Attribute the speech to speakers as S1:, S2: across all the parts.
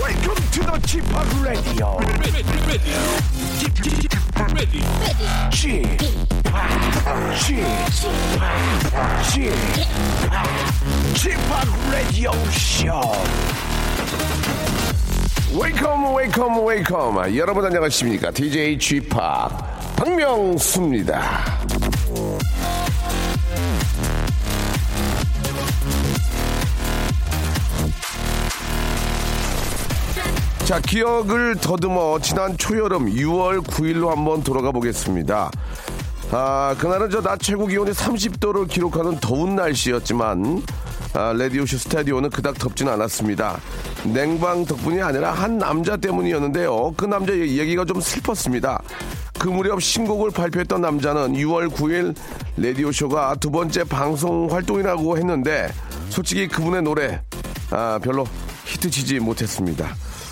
S1: Welcome to the Chip Radio. Chip Chip Radio Show.
S2: 웨이컴 웨이컴 웨이컴 아, 여러분 안녕하십니까 DJ 쥐팍 박명수입니다 자 기억을 더듬어 지난 초여름 6월 9일로 한번 돌아가 보겠습니다 아 그날은 저 낮 최고 기온이 30도를 기록하는 더운 날씨였지만 아, 레디오쇼 스타디오는 그닥 덥진 않았습니다 냉방 덕분이 아니라 한 남자 때문이었는데요 그 남자 얘기가 좀 슬펐습니다 그 무렵 신곡을 발표했던 남자는 6월 9일 레디오쇼가 두 번째 방송 활동이라고 했는데 솔직히 그분의 노래 아, 별로 히트치지 못했습니다.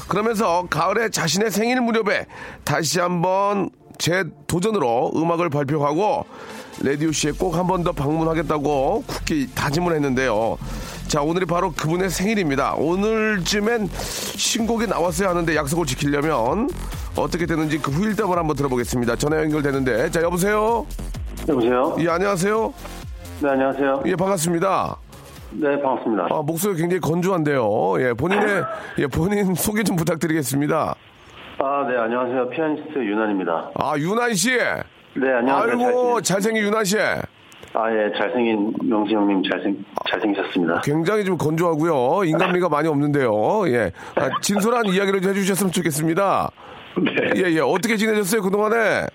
S2: 그러면서 가을에 자신의 생일 무렵에 다시 한번 제 도전으로 음악을 발표하고 레디오 씨에 꼭 한 번 더 방문하겠다고 굳게 다짐을 했는데요. 자, 오늘이 바로 그분의 생일입니다. 오늘쯤엔 신곡이 나왔어야 하는데 약속을 지키려면 어떻게 되는지 그 후일담을 한번 들어보겠습니다. 전화 연결되는데. 자, 여보세요?
S3: 여보세요?
S2: 예, 안녕하세요?
S3: 네, 안녕하세요.
S2: 예, 반갑습니다.
S3: 네, 반갑습니다.
S2: 아, 목소리 굉장히 건조한데요. 예, 본인의, 예, 본인 소개 좀 부탁드리겠습니다.
S3: 아, 네, 안녕하세요. 피아니스트 윤환입니다.
S2: 아, 유난 씨.
S3: 네, 안녕하세요.
S2: 아이고,
S3: 잘생긴-
S2: 잘생긴 유난 씨.
S3: 아, 예, 잘생긴 명수 형님 잘생, 잘생기셨습니다.
S2: 굉장히 좀 건조하고요. 인간미가 많이 없는데요. 예. 아, 진솔한 이야기를 좀 해주셨으면 좋겠습니다.
S3: 네.
S2: 예, 예. 어떻게 지내셨어요, 그동안에?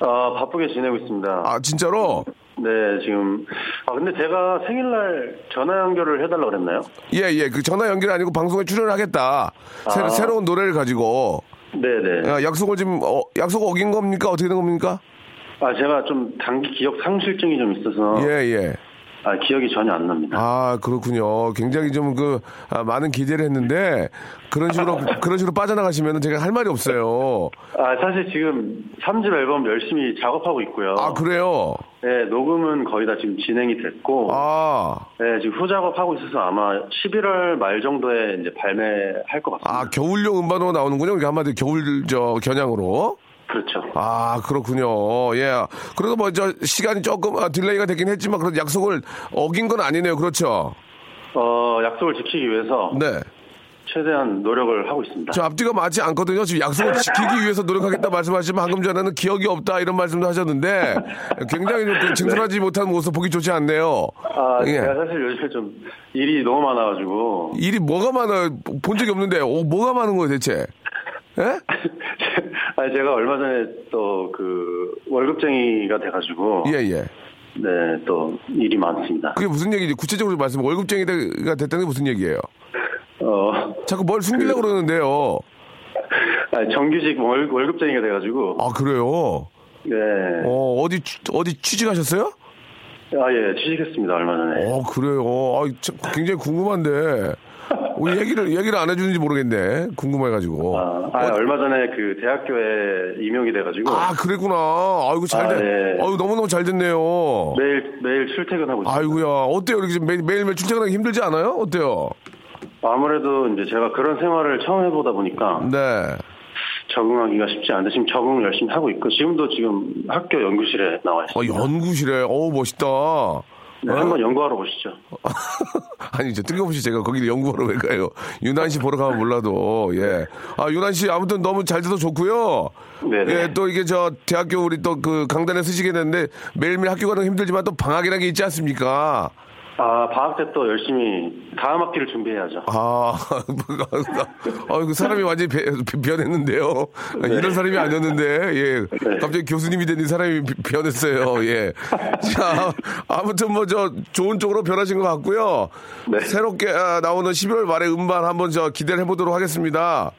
S3: 아, 바쁘게 지내고 있습니다.
S2: 아, 진짜로?
S3: 네, 지금. 아, 근데 제가 생일날 전화 연결을 해달라고 그랬나요?
S2: 예, 예. 그 전화 연결 아니고 방송에 출연하겠다.
S3: 아.
S2: 새, 로운 노래를 가지고.
S3: 네, 네.
S2: 야, 약속을 지금, 어, 약속 어긴 겁니까? 어떻게 된 겁니까?
S3: 아, 제가 좀 단기 기억 상실증이 좀 있어서.
S2: 예, 예.
S3: 아, 기억이 전혀 안 납니다.
S2: 아, 그렇군요. 굉장히 좀 그, 아, 많은 기대를 했는데, 그런 식으로, 그런 식으로 빠져나가시면 제가 할 말이 없어요.
S3: 아, 사실 지금 3집 앨범 열심히 작업하고 있고요.
S2: 아, 그래요?
S3: 네, 녹음은 거의 다 지금 진행이 됐고.
S2: 아,
S3: 네, 지금 후작업 하고 있어서 아마 11월 말 정도에 이제 발매할 것 같습니다.
S2: 아, 겨울용 음반으로 나오는군요. 그러니까 한마디 겨울, 저, 겨냥으로.
S3: 그렇죠.
S2: 아, 그렇군요. 예. 그래도 먼저 시간이 조금 아, 딜레이가 되긴 했지만, 그래도 약속을 어긴 건 아니네요. 그렇죠?
S3: 어, 약속을 지키기 위해서
S2: 네.
S3: 최대한 노력을 하고 있습니다.
S2: 저 앞뒤가 맞지 않거든요. 지금 약속을 지키기 위해서 노력하겠다 말씀하시면 방금 전에는 기억이 없다 이런 말씀도 하셨는데 굉장히 좀그 진솔하지 못한 모습 보기 좋지 않네요.
S3: 아,
S2: 예.
S3: 제가 사실 요즘에 좀 일이 너무 많아가지고
S2: 일이 뭐가 많아요? 본 적이 없는데 어, 뭐가 많은 거예요 대체? 예?
S3: 아니, 제가 얼마 전에 또 그 월급쟁이가 돼가지고
S2: 예, 예.
S3: 네, 또 일이 많습니다.
S2: 그게 무슨 얘기지? 구체적으로 말씀, 월급쟁이가 됐다는 게 무슨 얘기예요?
S3: 어,
S2: 자꾸 뭘 숨기려고 그러는데요.
S3: 아니, 정규직 월, 월급쟁이가 돼가지고
S2: 아, 그래요?
S3: 네,
S2: 어, 어디, 취- 어디 취직하셨어요?
S3: 아, 예, 취직했습니다 얼마 전에.
S2: 어, 그래요. 아, 참 굉장히 궁금한데. 왜 얘기를, 얘기를 안 해주는지 모르겠네. 궁금해가지고.
S3: 아, 아니, 얼마 전에 그 대학교에 임용이 돼가지고
S2: 어. 아, 그랬구나. 아이고, 잘
S3: 아,
S2: 됐,
S3: 네.
S2: 아이고, 너무너무 잘 됐네요.
S3: 매일 매일 출퇴근하고 있습니다.
S2: 아이고야, 어때요? 이렇게 지금 매일, 매일매일 출퇴근하기 힘들지 않아요? 어때요?
S3: 아무래도 이제 제가 그런 생활을 처음 해보다 보니까
S2: 네.
S3: 적응하기가 쉽지 않은데 지금 적응을 열심히 하고 있고 지금도 지금 학교 연구실에 나와
S2: 어,
S3: 있습니다.
S2: 연구실에, 어우, 멋있다.
S3: 네, 한번 연구하러 보시죠.
S2: 아니, 이제 뜬금없이 제가 거기를 연구하러 왜 가요? 유난 씨 보러 가면 몰라도, 예. 아, 유난 씨, 아무튼 너무 잘 돼서 좋고요.
S3: 네네.
S2: 예, 또 이게 저, 대학교 우리 또 그 강단에 쓰시게 됐는데 매일매일 학교 가는 게 힘들지만 또 방학이라는 게 있지 않습니까?
S3: 아, 방학 때 또 열심히 다음 학기를 준비해야죠.
S2: 아, 아이고, 사람이 완전히 배- 배- 변했는데요.
S3: 네.
S2: 아, 이런 사람이 아니었는데, 예. 갑자기 교수님이 된 이 사람이 비- 변했어요, 예. 자, 아무튼 뭐, 저, 좋은 쪽으로 변하신 것 같고요.
S3: 네.
S2: 새롭게 아, 나오는 11월 말의 음반 한번 저 기대를 해보도록 하겠습니다.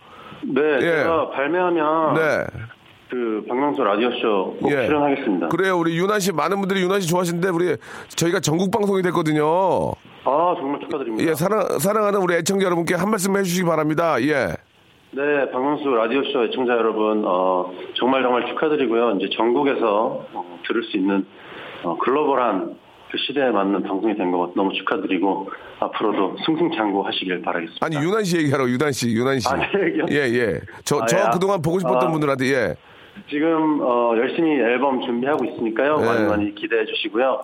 S3: 네, 제가 발매하면
S2: 예. 네. 예.
S3: 그 박명수 라디오쇼 아, 꼭 출연하겠습니다.
S2: 그래요, 우리 유나 씨, 많은 분들이 유나 씨 좋아하시는데, 우리, 저희가 전국방송이 됐거든요.
S3: 아, 정말 축하드립니다.
S2: 예, 사랑, 사랑하는 우리 애청자 여러분께 한 말씀 해주시기 바랍니다, 예.
S3: 네, 박명수 라디오쇼 애청자 여러분, 어, 정말 정말 축하드리고요. 이제 전국에서 어, 들을 수 있는 어, 글로벌한 그 시대에 맞는 방송이 된 것 너무 축하드리고 앞으로도 승승장구 하시길 바라겠습니다.
S2: 아니 유난 씨 얘기하라고 유난 씨 유난 씨.
S3: 아, 제 얘기요?
S2: 예 예. 저
S3: 아,
S2: 저
S3: 예, 아.
S2: 그동안 보고 싶었던
S3: 아.
S2: 분들한테 예.
S3: 지금 어, 열심히 앨범 준비하고 있으니까요.
S2: 네.
S3: 많이
S2: 음.
S3: 많이 기대해 주시고요.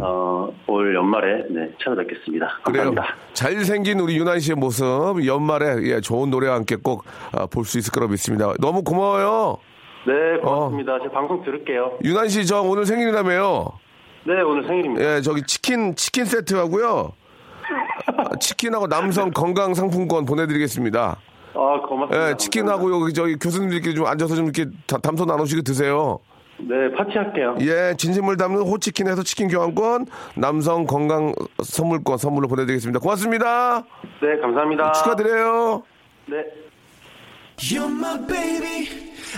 S3: 어, 올 연말에 네, 찾아뵙겠습니다.
S2: 그래요.
S3: 감사합니다.
S2: 잘생긴 우리 유난 씨의 모습 연말에 예 좋은 노래와 함께 꼭 아, 볼 수 있을 거라 믿습니다. 너무 고마워요.
S3: 네,
S2: 어.
S3: 고맙습니다. 제가 방송 들을게요.
S2: 유난 씨 저 오늘 생일이라며요.
S3: 네, 오늘 생일입니다.
S2: 예 저기 치킨 치킨 세트 하고요. 아, 치킨하고 남성 건강 상품권 보내드리겠습니다.
S3: 아, 고맙습니다.
S2: 예 치킨하고 여기 저기 교수님들끼리 좀 앉아서 좀 이렇게 다- 담소 나누시고 드세요.
S3: 네, 파티할게요.
S2: 예, 진심을 담는 호치킨에서 치킨 교환권, 남성 건강 선물권 선물로 보내드리겠습니다. 고맙습니다.
S3: 네, 감사합니다.
S2: 예, 축하드려요.
S3: 네.
S1: You're my baby.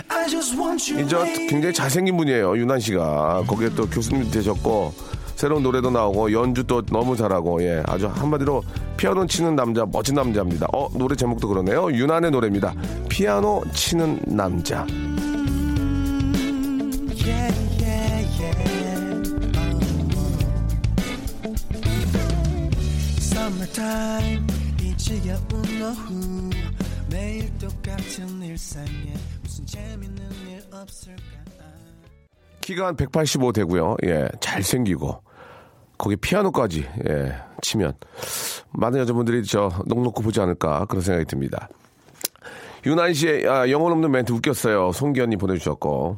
S1: I just want you.
S2: 이제 굉장히 잘생긴 분이에요, 유난 씨가. 거기에 또 교수님이 되셨고, 새로운 노래도 나오고, 연주 또 너무 잘하고, 예, 아주 한마디로 피아노 치는 남자, 멋진 남자입니다. 어, 노래 제목도 그러네요. 유난의 노래입니다. 피아노 치는 남자.
S1: Yeah, yeah, yeah. Summertime 이 지겨운 오후 매일 똑같은 일상에 무슨 재밌는 일 없을까
S2: 키가 한 185 되고요. 예, 잘생기고 거기 피아노까지 예, 치면 많은 여자분들이 저 넉넉히 보지 않을까 그런 생각이 듭니다. 유난 씨의 아, 영혼 없는 멘트 웃겼어요. 송기현님 보내주셨고.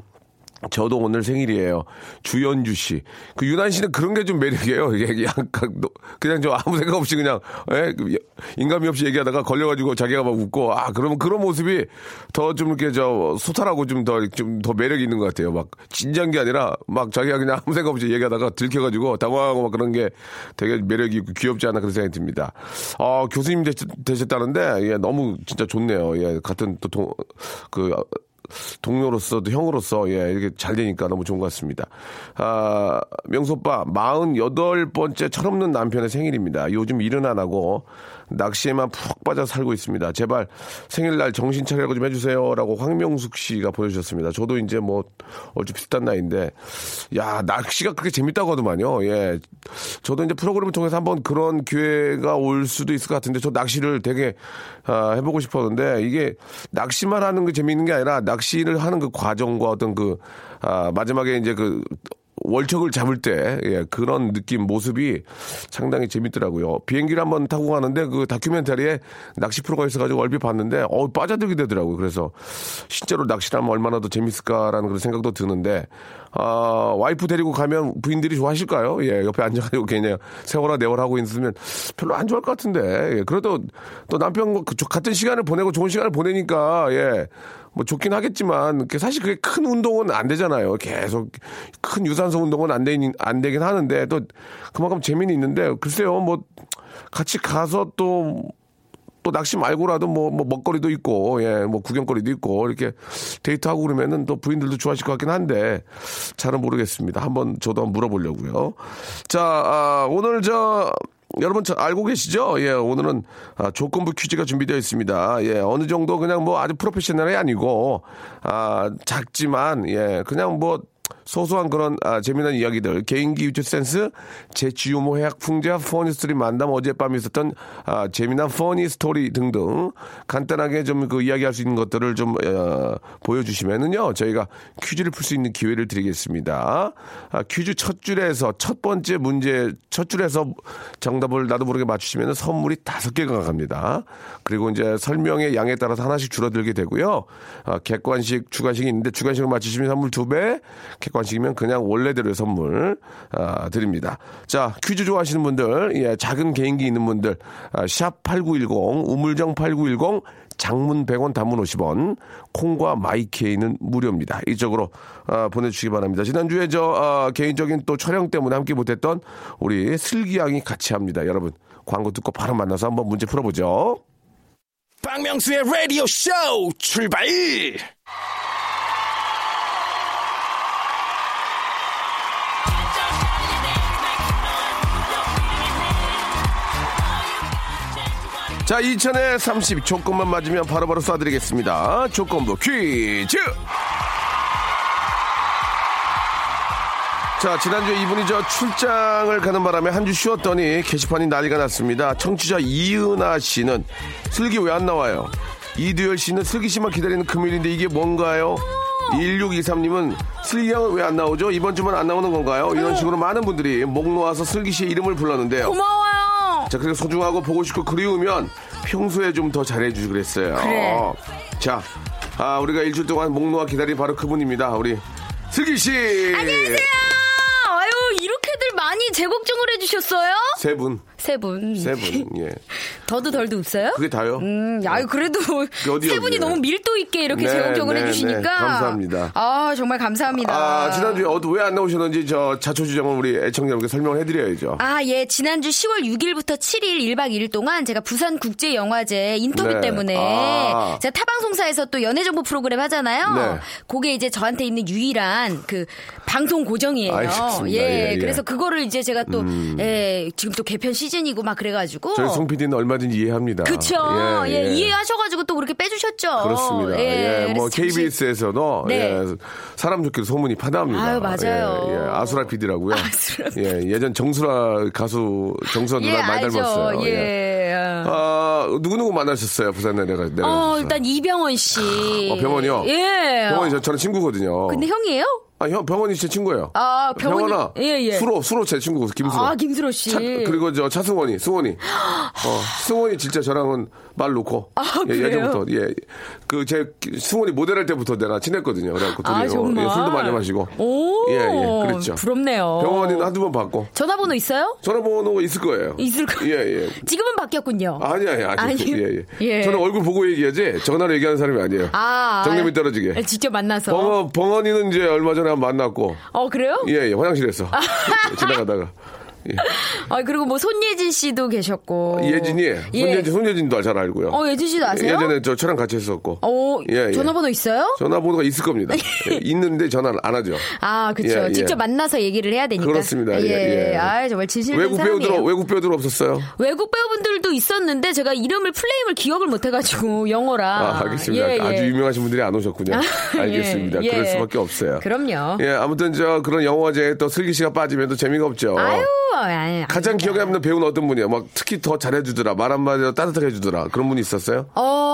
S2: 저도 오늘 생일이에요. 주연주 씨. 그 유난 씨는 그런 게 좀 매력이에요. 이게 약간 노- 그냥 좀 아무 생각 없이 그냥 예? 그 인감이 없이 얘기하다가 걸려가지고 자기가 막 웃고 아 그러면 그런 모습이 더 좀 이렇게 저 소탈하고 좀 더 좀 더 매력이 있는 것 같아요. 막 진지한 게 아니라 막 자기가 그냥 아무 생각 없이 얘기하다가 들켜가지고 당황하고 막 그런 게 되게 매력이 있고 귀엽지 않나 그런 생각이 듭니다. 아 교수님 되셨, 다는데 예, 너무 진짜 좋네요. 예, 같은 또그 동료로서 또 형으로서 예 이렇게 잘 되니까 너무 좋은 것 같습니다. 아 명소빠 48번째 철없는 남편의 생일입니다. 요즘 일은 안 하고 낚시에만 푹 빠져 살고 있습니다. 제발 생일날 정신 차리라고 좀 해주세요라고 황명숙 씨가 보내주셨습니다. 저도 이제 뭐 얼추 비슷한 나이인데 야 낚시가 그렇게 재밌다고 하더만요. 예 저도 이제 프로그램을 통해서 한번 그런 기회가 올 수도 있을 것 같은데 저 낚시를 되게 아, 해보고 싶었는데 이게 낚시만 하는 게 재미있는 게 아니라 낚시를 하는 그 과정과 어떤 그 아, 마지막에 이제 그 월척을 잡을 때 예, 그런 느낌 모습이 상당히 재밌더라고요. 비행기를 한번 타고 가는데 그 다큐멘터리에 낚시 프로가 있어가지고 얼핏 봤는데 어 빠져들게 되더라고요. 그래서 실제로 낚시를 하면 얼마나 더 재밌을까라는 그런 생각도 드는데 아, 와이프 데리고 가면 부인들이 좋아하실까요? 예, 옆에 앉아가지고 그냥 세월아 내월 하고 있으면 별로 안 좋아할 것 같은데. 예, 그래도 또 남편과 그 조- 같은 시간을 보내고 좋은 시간을 보내니까 예. 뭐 좋긴 하겠지만 그게 사실 그게 큰 운동은 안 되잖아요. 계속 큰 유산소 운동은 안, 되니, 안 되긴 하는데 또 그만큼 재미는 있는데 글쎄요 뭐 같이 가서 또 또 낚시 말고라도 뭐, 뭐 먹거리도 있고 예 뭐 구경거리도 있고 이렇게 데이트하고 그러면은 또 부인들도 좋아하실 것 같긴 한데 잘은 모르겠습니다 한번 저도 한번 물어보려고요 자 아, 오늘 저 여러분 저 알고 계시죠? 예, 오늘은 아, 조건부 퀴즈가 준비되어 있습니다. 예, 어느 정도 그냥 뭐 아주 프로페셔널이 아니고 아, 작지만 예, 그냥 뭐 소소한 그런 아, 재미난 이야기들 개인기 유튜 센스 재치 유머 해학 풍자 퍼니 스토리 만담 어젯밤 있었던 아, 재미난 퍼니 스토리 등등 간단하게 좀 그 이야기할 수 있는 것들을 좀 어, 보여주시면은요 저희가 퀴즈를 풀 수 있는 기회를 드리겠습니다 아, 퀴즈 첫 줄에서 첫 번째 문제 첫 줄에서 정답을 나도 모르게 맞추시면 선물이 다섯 개가 갑니다 그리고 이제 설명의 양에 따라서 하나씩 줄어들게 되고요 아, 객관식 주관식이 있는데 주관식을 맞추시면 선물 두배 객관식이면 그냥 원래대로의 선물 아, 드립니다. 자 퀴즈 좋아하시는 분들, 예, 작은 개인기 있는 분들 아, 샵8910 우물정 8910 장문 100원 단문 50원 콩과 마이케이는 무료입니다. 이쪽으로 아, 보내주시기 바랍니다. 지난주에 저 아, 개인적인 또 촬영 때문에 함께 못했던 우리 슬기 양이 같이 합니다. 여러분 광고 듣고 바로 만나서 한번 문제 풀어보죠.
S4: 박명수의 라디오 쇼 출발!
S2: 자, 2000에 30 조건만 맞으면 바로바로 쏴드리겠습니다. 조건부 퀴즈! 자, 지난주에 이분이 저 출장을 가는 바람에 한 주 쉬었더니 게시판이 난리가 났습니다. 청취자 이은아 씨는 슬기 왜 안 나와요? 이두열 씨는 슬기 씨만 기다리는 금요일인데 이게 뭔가요? 1623님은 슬기 양은 왜 안 나오죠? 이번 주만 안 나오는 건가요? 이런 식으로 많은 분들이 목 놓아서 슬기 씨의 이름을 불렀는데요.
S5: 고마워요.
S2: 자, 그리고 소중하고 보고 싶고 그리우면 평소에 좀 더 잘해주지 그랬어요.
S5: 그래.
S2: 자, 아, 우리가 일주일 동안 목 놓아 기다린 바로 그분입니다. 우리 슬기 씨. 안녕하세요.
S6: 아유 이렇게들 많이 재걱정을 해주셨어요?
S2: 세 분,
S6: 세 분.
S2: 세 분. 예.
S6: 더도 덜도 없어요?
S2: 그게 다요.
S6: 음, 아유 그래도
S2: 어디,
S6: 세 분이
S2: 어디예요?
S6: 너무 밀도 있게 이렇게
S2: 네,
S6: 재걱정을
S2: 네,
S6: 해주시니까
S2: 네, 감사합니다.
S6: 아 정말 감사합니다.
S2: 아, 지난주에 어디 왜 안 나오셨는지 저 자초지정을 우리 애청자 여러분께 설명을 해드려야죠.
S6: 아, 예. 지난주 10월 6일부터 7일 1박 2일 동안 제가 부산국제영화제 인터뷰
S2: 네.
S6: 때문에
S2: 아.
S6: 제가 타방송사에서 또 연예정보 프로그램 하잖아요.
S2: 네.
S6: 그게 이제 저한테 있는 유일한 그 방송 고정이에요.
S2: 알겠습니다. 예, 예.
S6: 그래서 그거를 이제 제가 또, 예, 지금 또 개편 시즌이고 막 그래가지고.
S2: 저희 송 PD는 얼마든지 이해합니다.
S6: 그쵸. 예, 이해하셔가지고 또 그렇게 빼주셨죠.
S2: 그렇습니다. 예, 뭐
S6: 그래서 잠시-
S2: KBS에서도
S6: 네.
S2: 예, 사람 좋기로 소문이 파다합니다.
S6: 아유, 맞아요.
S2: 예, 예, 아수라 PD라고요.
S6: 아수라
S2: 예, 예전 정수라 가수 정수라
S6: 예,
S2: 누나 많이
S6: 알죠.
S2: 닮았어요.
S6: 예.
S2: 아 누구 누구 만나셨어요 부산 내려가 내려.
S6: 어, 일단 이병헌 씨.
S2: 어, 아, 예. 병원이요.
S6: 예.
S2: 병원이 저, 저는 친구거든요.
S6: 근데 형이에요?
S2: 아, 형 병원이 제 친구예요.
S6: 아, 병원이-
S2: 아
S6: 예, 예.
S2: 수로 수로 제 친구 김수로.
S6: 아, 김수로 씨.
S2: 차- 그리고 저 차승원이, 승원이. 어, 승원이 진짜 저랑은 말 놓고.
S6: 아,
S2: 예,
S6: 그래요?
S2: 예전부터, 예. 그, 제, 기- 승원이 모델할 때부터 내가 친했거든요. 그래갖고 둘이.
S6: 아,
S2: 어,
S6: 정말.
S2: 예, 술도 많이 마시고.
S6: 오.
S2: 예, 예. 그랬죠.
S6: 부럽네요.
S2: 병원이는 한두 번 받고.
S6: 전화번호 있어요?
S2: 전화번호가 뭐 있을 거예요.
S6: 있을 거-
S2: 예, 예.
S6: 지금은 바뀌었군요.
S2: 아니, 아니, 아니.
S6: 아니요?
S2: 예, 예.
S6: 예.
S2: 저는 얼굴 보고 얘기하지, 전화로 얘기하는 사람이 아니에요.
S6: 아,
S2: 정념이
S6: 아,
S2: 떨어지게.
S6: 직접 만나서.
S2: 벙어, 벙어니는 이제 얼마 전에 한 번 만났고.
S6: 어, 그래요?
S2: 예, 예, 화장실에서. 지나가다가. 예.
S6: 아, 그리고 뭐 손예진 씨도 계셨고.
S2: 예진이, 손예진, 손예진도 잘 알고요.
S6: 어, 예진 씨도 아세요?
S2: 예전에 예, 저 저랑 같이 했었고.
S6: 어, 전화번호 있어요?
S2: 전화번호가 있을 겁니다. 예, 있는데 전화를 안 하죠.
S6: 아, 그렇죠.
S2: 예, 예.
S6: 직접 만나서 얘기를 해야 되니까.
S2: 그렇습니다. 예, 예.
S6: 아, 정말 진실된
S2: 외국
S6: 사람이에요.
S2: 배우들 외국 배우들 없었어요.
S6: 외국 배우분들도 있었는데 제가 이름을 플레임을 기억을 못 해가지고 영어라.
S2: 아, 알겠습니다. 아주 유명하신 분들이 안 오셨군요.
S6: 예,
S2: 알겠습니다.
S6: 예.
S2: 그럴 수밖에 없어요.
S6: 그럼요.
S2: 예, 아무튼 저 그런 영화제에 또 슬기 씨가 빠지면 또 재미가 없죠.
S6: 아유, 아유.
S2: 가장 기억에 남는 배우는 어떤 분이에요? 막 특히 더 잘해주더라, 말 한마디로 따뜻하게 해주더라 그런 분이 있었어요?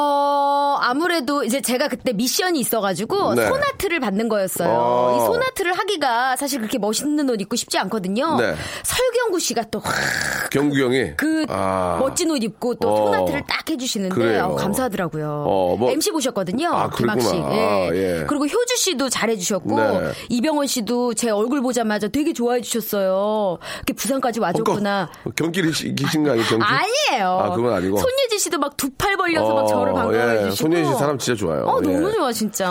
S6: 어, 아무래도 이제 제가 그때 미션이 있어가지고
S2: 네.
S6: 소나트를 받는 거였어요.
S2: 어.
S6: 이 소나트를 하기가 사실 그렇게 멋있는 옷 입고 쉽지 않거든요.
S2: 네.
S6: 설경구 씨가 또 그
S2: 경구 형이 아.
S6: 멋진 옷 입고 또
S2: 어.
S6: 소나트를 딱 해주시는데
S2: 그래요.
S6: 어, 감사하더라고요.
S2: 어, 뭐.
S6: MC 보셨거든요.
S2: 아, 그랬구나.
S6: 김학식. 예.
S2: 아, 예.
S6: 그리고 효주 씨도 잘해주셨고
S2: 네.
S6: 이병헌 씨도 제 얼굴 보자마자 되게 좋아해주셨어요. 이렇게 부산까지 와줬구나.
S2: 뭐 경기를 이기신 거 아니에요? 어, 경기?
S6: 아니에요.
S2: 아, 그건 아니고.
S6: 손예진 씨도 막 두 팔 벌려서
S2: 어,
S6: 막 저를
S2: 예.
S6: 반가워해 주시고.
S2: 손예진 씨 사람 진짜 좋아요.
S6: 어,
S2: 예.
S6: 너무 좋아 진짜.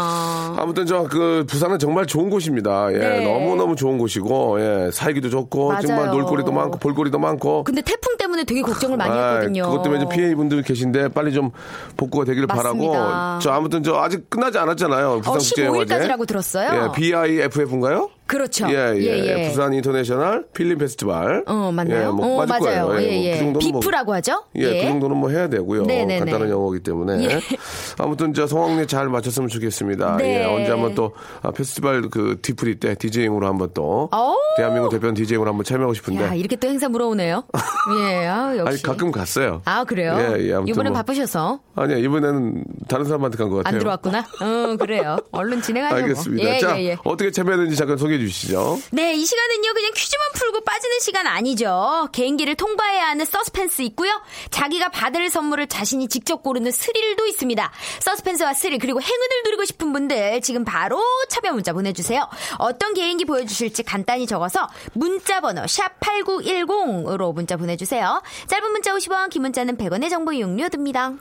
S2: 아무튼 저 그 부산은 정말 좋은 곳입니다. 예,
S6: 네.
S2: 너무 너무 좋은 곳이고 예, 살기도 좋고
S6: 맞아요.
S2: 정말 놀거리도 많고 볼거리도 많고.
S6: 근데 태풍 때문에 되게 걱정을 많이
S2: 아,
S6: 했거든요.
S2: 그것 때문에 이제 피해 분들 계신데 빨리 좀 복구가 되기를
S6: 맞습니다. 어,
S2: 바라고. 저 아무튼 저 아직 끝나지 않았잖아요. 부산 국제 영화제.
S6: 15일 까지라고 들었어요.
S2: 예, BIFF인가요?
S6: 그렇죠.
S2: 예, 예,
S6: 예, 예.
S2: 부산 인터내셔널 필름 페스티벌.
S6: 어, 맞나요?
S2: 예, 뭐
S6: 어,
S2: 빠질
S6: 맞아요.
S2: 거예요.
S6: 예, 예.
S2: 그 정도는 뭐-
S6: 비프라고 하죠?
S2: 예,
S6: 예.
S2: 그 정도는 뭐 해야 되고요.
S6: 네네네.
S2: 간단한 영어이기 때문에.
S6: 예.
S2: 아무튼 저 성황리 잘 맞췄으면 좋겠습니다. 예,
S6: 네.
S2: 언제 한번 또 아, 페스티벌 그 디프리 때 디제잉으로 한번 또
S6: 어우.
S2: 대한민국 대표 디제잉으로 한번 참여하고 싶은데.
S6: 야, 이렇게 또 행사 물어오네요. 예, 아, 역시.
S2: 네. 아니 가끔 갔어요.
S6: 아, 그래요?
S2: 예, 예, 아무튼
S6: 이번엔
S2: 뭐-
S6: 바쁘셔서
S2: 아니야 이번에는 다른 사람한테 간 것 같아요.
S6: 안 들어왔구나. 응, 그래요. 어, 얼른 진행하죠. 뭐.
S2: 알겠습니다.
S6: 예,
S2: 자
S6: 예, 예.
S2: 어떻게 참여했는지 잠깐 소개해 주시죠.
S6: 네, 이 시간은요, 그냥 퀴즈만 풀고 빠지는 시간 아니죠. 개인기를 통과해야 하는 서스펜스 있고요. 자기가 받을 선물을 자신이 직접 고르는 스릴도 있습니다. 서스펜스와 스릴, 그리고 행운을 누리고 싶은 분들, 지금 바로 참여 문자 보내주세요. 어떤 개인기 보여주실지 간단히 적어서 문자번호 샵8910으로 문자 보내주세요. 짧은 문자 50원, 긴 문자는 100원의 정보 이용료 듭니다.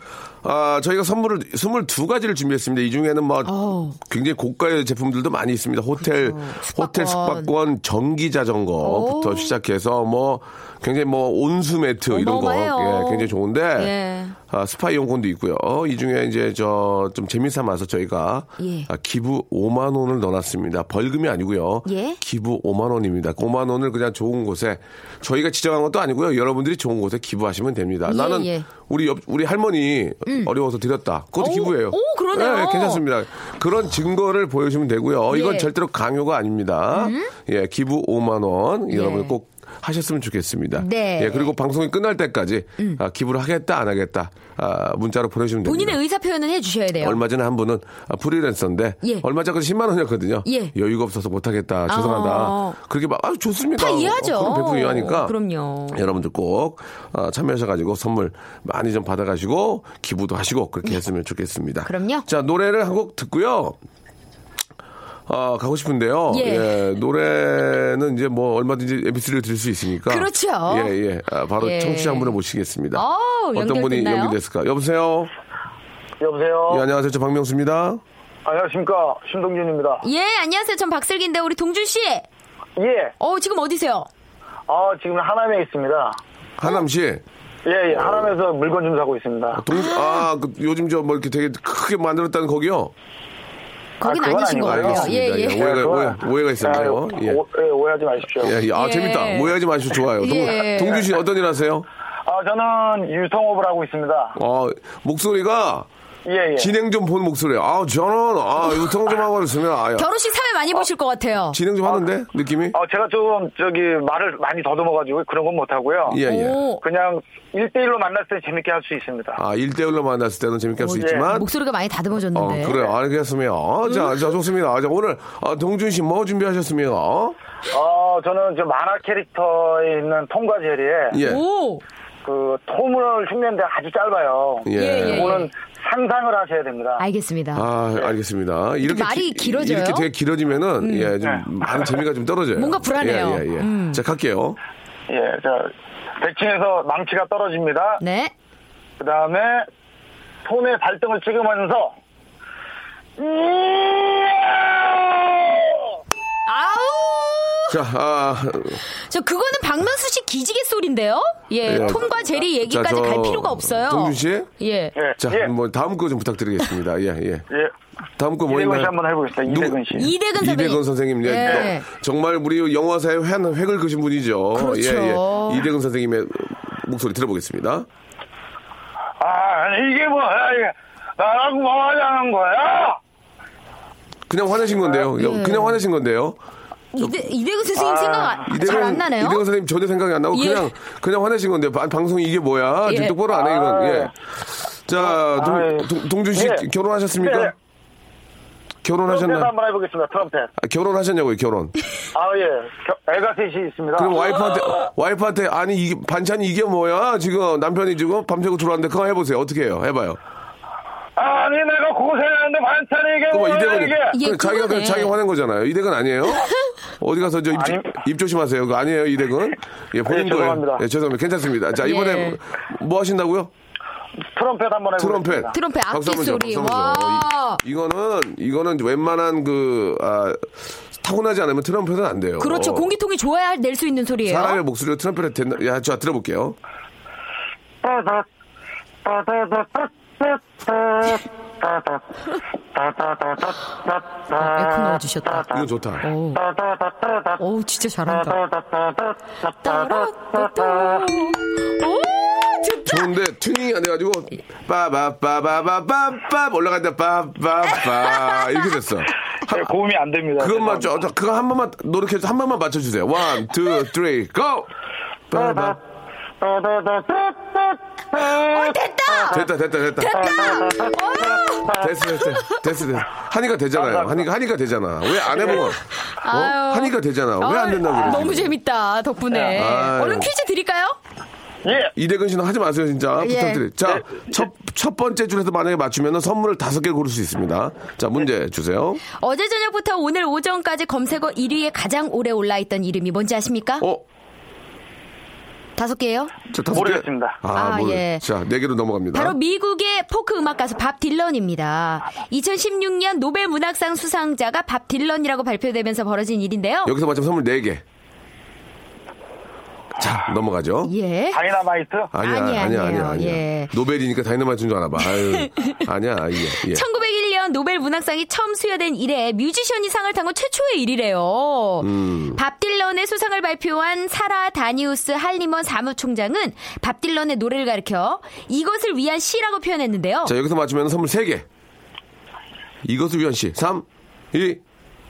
S2: 아, 저희가 선물을 22가지를 준비했습니다. 이 중에는 뭐
S7: 어우.
S2: 굉장히 고가의 제품들도 많이 있습니다. 호텔
S6: 그렇죠.
S2: 호텔 숙박권, 전기 자전거부터 시작해서 뭐 굉장히 뭐 온수 매트 이런 거
S6: 어마어마해요.
S2: 예, 굉장히 좋은데
S6: 예.
S2: 아, 스파 이용권도 있고요. 어, 이 중에 이제 저 좀 재미삼아서 저희가
S6: 예.
S2: 아, 기부 5만 원을 넣어놨습니다. 벌금이 아니고요.
S6: 예.
S2: 기부 5만 원입니다. 5만 원을 그냥 좋은 곳에 저희가 지정한 것도 아니고요. 여러분들이 좋은 곳에 기부하시면 됩니다.
S6: 예,
S2: 나는
S6: 예. 음.
S2: 우리 옆, 우리 할머니 어려워서 드렸다. 그것도
S6: 오,
S2: 기부예요.
S6: 오, 그러네요.
S2: 예, 괜찮습니다. 그런 증거를 보여주시면 되고요. 이건
S6: 예. 음?
S2: 절대로 강요가 아닙니다. 예, 기부 5만 원
S6: 예.
S2: 여러분 꼭 하셨으면 좋겠습니다.
S6: 네. 음.
S2: 예, 그리고 방송이 끝날 때까지 아, 기부를 하겠다 안 하겠다 아, 문자로 보내주시면 됩니다.
S6: 본인의 의사 표현은 해주셔야 돼요.
S2: 얼마 전에 한 분은 아, 프리랜서인데
S6: 예.
S2: 얼마 전까지 10만 원이었거든요.
S6: 예.
S2: 여유가 없어서 못하겠다. 죄송하다.
S6: 아.
S2: 그렇게 막 아, 좋습니다.
S6: 다 이해하죠.
S2: 어, 그럼 100% 이해하니까.
S6: 그럼요.
S2: 여러분들 꼭 어, 참여하셔가지고 선물 많이 좀 받아가시고 기부도 하시고 그렇게 했으면 좋겠습니다.
S6: 네. 그럼요.
S2: 자 노래를 한 곡 듣고요. 어, 가고 싶은데요.
S6: 예.
S2: 예, 노래는 이제 뭐 얼마든지 MBC를 들을 수 있으니까.
S6: 그렇죠.
S2: 예, 예. 아, 바로
S6: 예.
S2: 청취자 한 분을 모시겠습니다.
S6: 어우,
S2: 어떤 분이
S6: 연결됐나요?
S2: 연결됐을까? 여보세요?
S8: 여보세요.
S6: 어?
S2: 예, 안녕하세요. 저 박명수입니다.
S8: 안녕하십니까. 신동준입니다.
S6: 예, 안녕하세요. 전 박슬기인데, 우리 동준 씨.
S8: 예.
S6: 어, 지금 어디세요?
S8: 아, 지금 하남에 있습니다.
S2: 하남 씨.
S8: 예, 예. 하남에서 물건 좀 사고 있습니다.
S2: 동, 아, 그 요즘 저 뭐 이렇게 되게 크게 만들었다는 거기요?
S6: 거긴
S8: 아,
S6: 아,
S8: 그건
S6: 니신것
S8: 아니고요.
S6: 같아요. 예,
S2: 알겠습니다.
S6: 예.
S2: 예. 오해가-
S8: 그거는-
S2: 오해- 오해가 있었네요.
S8: 아,
S2: 예.
S8: 오, 예, 오해하지 마십시오.
S2: 예, 예. 아,
S6: 예.
S2: 재밌다. 오해하지 마시고 좋아요. 동,
S6: 예.
S2: 동규 씨 어떤 일 하세요?
S8: 아, 저는 유성업을 하고 있습니다.
S2: 아, 목소리가
S8: 예, 예.
S2: 진행 좀 본 목소리예요. 아, 저는, 아, 이거 통화 좀 하고 있으면, 아, 야.
S6: 결혼식 사회 많이 보실 것 같아요.
S2: 진행 좀 하는데? 느낌이?
S8: 아, 제가 좀, 저기, 말을 많이 더듬어가지고 그런 건 못하고요.
S2: 예, 예.
S6: 오,
S8: 그냥 일대일로 만났을 때 재밌게 할 수 있습니다.
S2: 아, 일대일로 만났을 때는 재밌게 할 수
S8: 예.
S2: 있지만.
S6: 네. 목소리가 많이
S2: 어,
S6: 다듬어졌는데.
S2: 그래요. 알겠습니다. 어, 자, 자, 좋습니다. 자, 오늘, 아, 동준 씨 뭐 준비하셨습니까? 어?
S8: 어, 저는 저 만화 캐릭터에 있는 통과 제리에
S2: 예.
S6: 오,
S8: 그 톰을 흉내는 데 아주 짧아요.
S2: 예.
S6: 예, 예.
S8: 그거는 상상을 하셔야 됩니다.
S6: 알겠습니다.
S2: 아, 알겠습니다. 이렇게
S6: 네. 말이
S2: 기-
S6: 길어져요? 음. 아.
S2: 이렇게 되게 길어지면은 예, 좀 많은 재미가 좀 떨어져요.
S6: 뭔가 불안해요. 음.
S2: 예, 예, 예. 자, 갈게요.
S8: 예, 자, 백층에서 망치가 떨어집니다.
S6: 네.
S8: 그 다음에 손에 발등을 찍으면서
S6: 아우!
S2: 자, 아,
S6: 저 그거는 박명수 씨 기지개 소리인데요? 예,
S2: 예.
S6: 톰과 제리
S2: 자,
S6: 얘기까지
S2: 저
S6: 갈 필요가 없어요.
S2: 동준 씨?
S6: 예.
S8: 예,
S2: 자,
S8: 예,
S2: 뭐 다음 거 좀 부탁드리겠습니다. 예, 예.
S8: 예.
S2: 다음 거 뭐
S8: 이대근 씨
S2: 있나요?
S8: 한번 해보겠습니다.
S2: 누구-
S8: 이대근 씨.
S6: 이대근 선생님.
S2: 이대근 선생님, 예.
S6: 예.
S2: 또 정말 우리 영화사의 한 획을 그신 분이죠.
S6: 그렇죠.
S2: 예, 예. 이대근 선생님의 목소리 들어보겠습니다.
S8: 아, 아니, 이게 뭐야, 이게. 나랑 뭐 하자는 거야?
S2: 그냥 화내신 건데요.
S6: 아, 예.
S2: 그냥 화내신 건데요.
S6: 이대, 이대근 선생님 생각 잘 안
S2: 아,
S6: 나네요?
S2: 이대근 선생님 전혀 생각이 안 나고
S6: 예.
S2: 그냥 그냥 화내신 건데 바- 방송이 이게 뭐야?
S6: 예.
S2: 지금 똑바로 안 해 이건. 예. 자,
S8: 아이.
S2: 동, 동, 동준 씨
S8: 예.
S2: 결혼하셨습니까?
S8: 예. 트럼펫
S2: 결혼하셨나요?
S8: 한번 해보겠습니다. 트럼펫.
S2: 아, 결혼하셨냐고요, 결혼.
S8: 아, 예. 겨- 애가 셋이 있습니다.
S2: 그럼 와이프한테 와이프한테 아니 이게 반찬이 이게 뭐야? 지금 남편이 지금 밤새고 들어왔는데 그거 해 보세요. 어떻게 해요? 해 봐요.
S8: 아니, 내가 고생했는데 반찬이 이게
S2: 그거
S8: 뭐야,
S2: 이대근
S8: 예, 이게.
S6: 이게
S2: 자기가
S6: 예, 그거네.
S2: 그 자기 화낸 거잖아요. 이대근 아니에요? 어디 가서 저 입,
S8: 아니.
S2: 입 조심하세요. 그거 아니에요, 이대근. 예, 본인
S8: 예,
S2: 거예요.
S8: 죄송합니다.
S2: 예, 죄송합니다. 괜찮습니다. 자, 이번에
S6: 예.
S2: 뭐 하신다고요?
S8: 트럼펫 한번 해보겠습니다.
S2: 트럼펫.
S6: 트럼펫 악기
S2: 박수 한번 줘,
S6: 소리.
S2: 박수 한번 줘.
S6: 와.
S2: 이, 이거는 이거는 웬만한 그 아, 타고나지 않으면 트럼펫은 안 돼요. 어,
S6: 그렇죠. 공기통이 좋아야 낼 수 있는 소리예요.
S2: 사람의 목소리로 트럼펫을 된다. 야, 자 들어볼게요.
S6: 에코 넣어주셨다.
S2: 이건 좋다.
S6: 아. 오, 오 진짜 잘한다.
S2: 아,
S6: 따라따따. 오, 좋다.
S2: 좋은데 튜닝이 안 돼가지고 빠바빠바바빠빠 올라간다 빠빠빠 이렇게 됐어.
S8: 예,
S2: 한-
S8: 고음이 안 됩니다.
S2: 그것만
S8: 죄송합니다.
S2: 저, 저, 그거 한 번만 노력해서 한 번만 맞춰주세요. 원, 투, 쓰리, 고. 빠바.
S6: 어, 됐다.
S2: 됐다, 됐다, 됐다. 됐어, 됐어, 됐어, 됐어. 하니까 되잖아요. 하니까 하니까 되잖아. 왜 안 해보면 어? 하니까 되잖아. 왜 안 된다고 그래?
S6: 너무 재밌다 덕분에.
S2: 아유.
S6: 얼른 퀴즈 드릴까요?
S8: 예.
S2: 이대근 씨는 하지 마세요, 진짜.
S6: 예.
S2: 부탁드려요. 자, 첫, 첫 번째 줄에서 만약에 맞추면 선물을 다섯 개 고를 수 있습니다. 자, 문제 주세요.
S6: 어제 저녁부터 오늘 오전까지 검색어 1위에 가장 오래 올라있던 이름이 뭔지 아십니까?
S2: 어?
S6: 다섯 개예요.
S2: 자, 다섯 개.
S8: 모르겠습니다.
S2: 아,
S6: 아,
S2: 모르
S6: 예.
S2: 자, 네 개로 넘어갑니다.
S6: 바로 미국의 포크 음악 가수 밥 딜런입니다. 2016년 노벨 문학상 수상자가 밥 딜런이라고 발표되면서 벌어진 일인데요.
S2: 여기서 맞추면 선물 네 개. 자, 넘어가죠.
S6: 예.
S8: 다이나마이트?
S2: 아니야,
S6: 아니,
S2: 아니야, 아니야,
S6: 아니에요.
S2: 아니야.
S6: 예.
S2: 노벨이니까 다이너마이트인 줄 알아봐. 아유, 아니야, 예, 예.
S6: 1901년 노벨 문학상이 처음 수여된 이래 뮤지션이 상을 탄 건 최초의 일이래요.
S2: 음.
S6: 밥 딜런의 수상을 발표한 사라 다니우스 할리먼 사무총장은 밥 딜런의 노래를 가리켜 이것을 위한 시라고 표현했는데요. 아,
S2: 자, 여기서 맞추면 선물 세개 이것을 위한 씨. 삼, 이,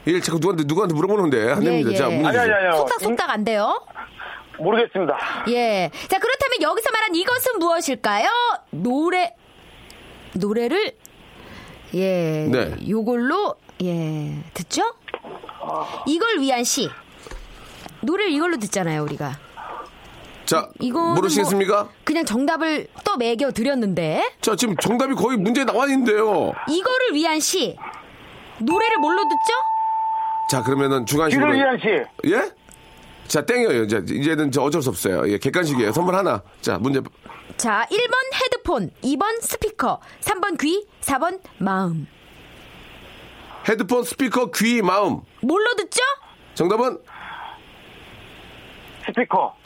S2: 일. 자꾸 누구한테, 누구한테 물어보는데. 안
S6: 예,
S2: 됩니다.
S6: 예.
S2: 자, 문제
S8: 아니, 아니,
S2: 주세요.
S8: 아니요.
S6: 속닥속닥 안 돼요.
S8: 모르겠습니다.
S6: 예. 자, 그렇다면 여기서 말한 이것은 무엇일까요? 노래, 노래를, 예.
S2: 네.
S6: 요걸로, 예. 듣죠? 이걸 위한 시. 노래를 이걸로 듣잖아요, 우리가.
S2: 자,
S6: 이거는
S2: 모르시겠습니까?
S6: 뭐 그냥 정답을 또 매겨 드렸는데.
S2: 자, 지금 정답이 거의 문제에 나와 있는데요.
S6: 이거를 위한 시. 노래를 뭘로 듣죠?
S2: 자, 그러면은
S8: 귀를
S2: 주간식으로.
S8: 위한 시.
S2: 예? 자, 땡겨요. 이제, 이제는 저 어쩔 수 없어요. 예, 객관식이에요. 선물 하나. 자, 문제.
S6: 자, 1번 헤드폰, 2번 스피커, 3번 귀, 4번 마음.
S2: 헤드폰, 스피커, 귀, 마음.
S6: 뭘로 듣죠?
S2: 정답은?
S8: 스피커.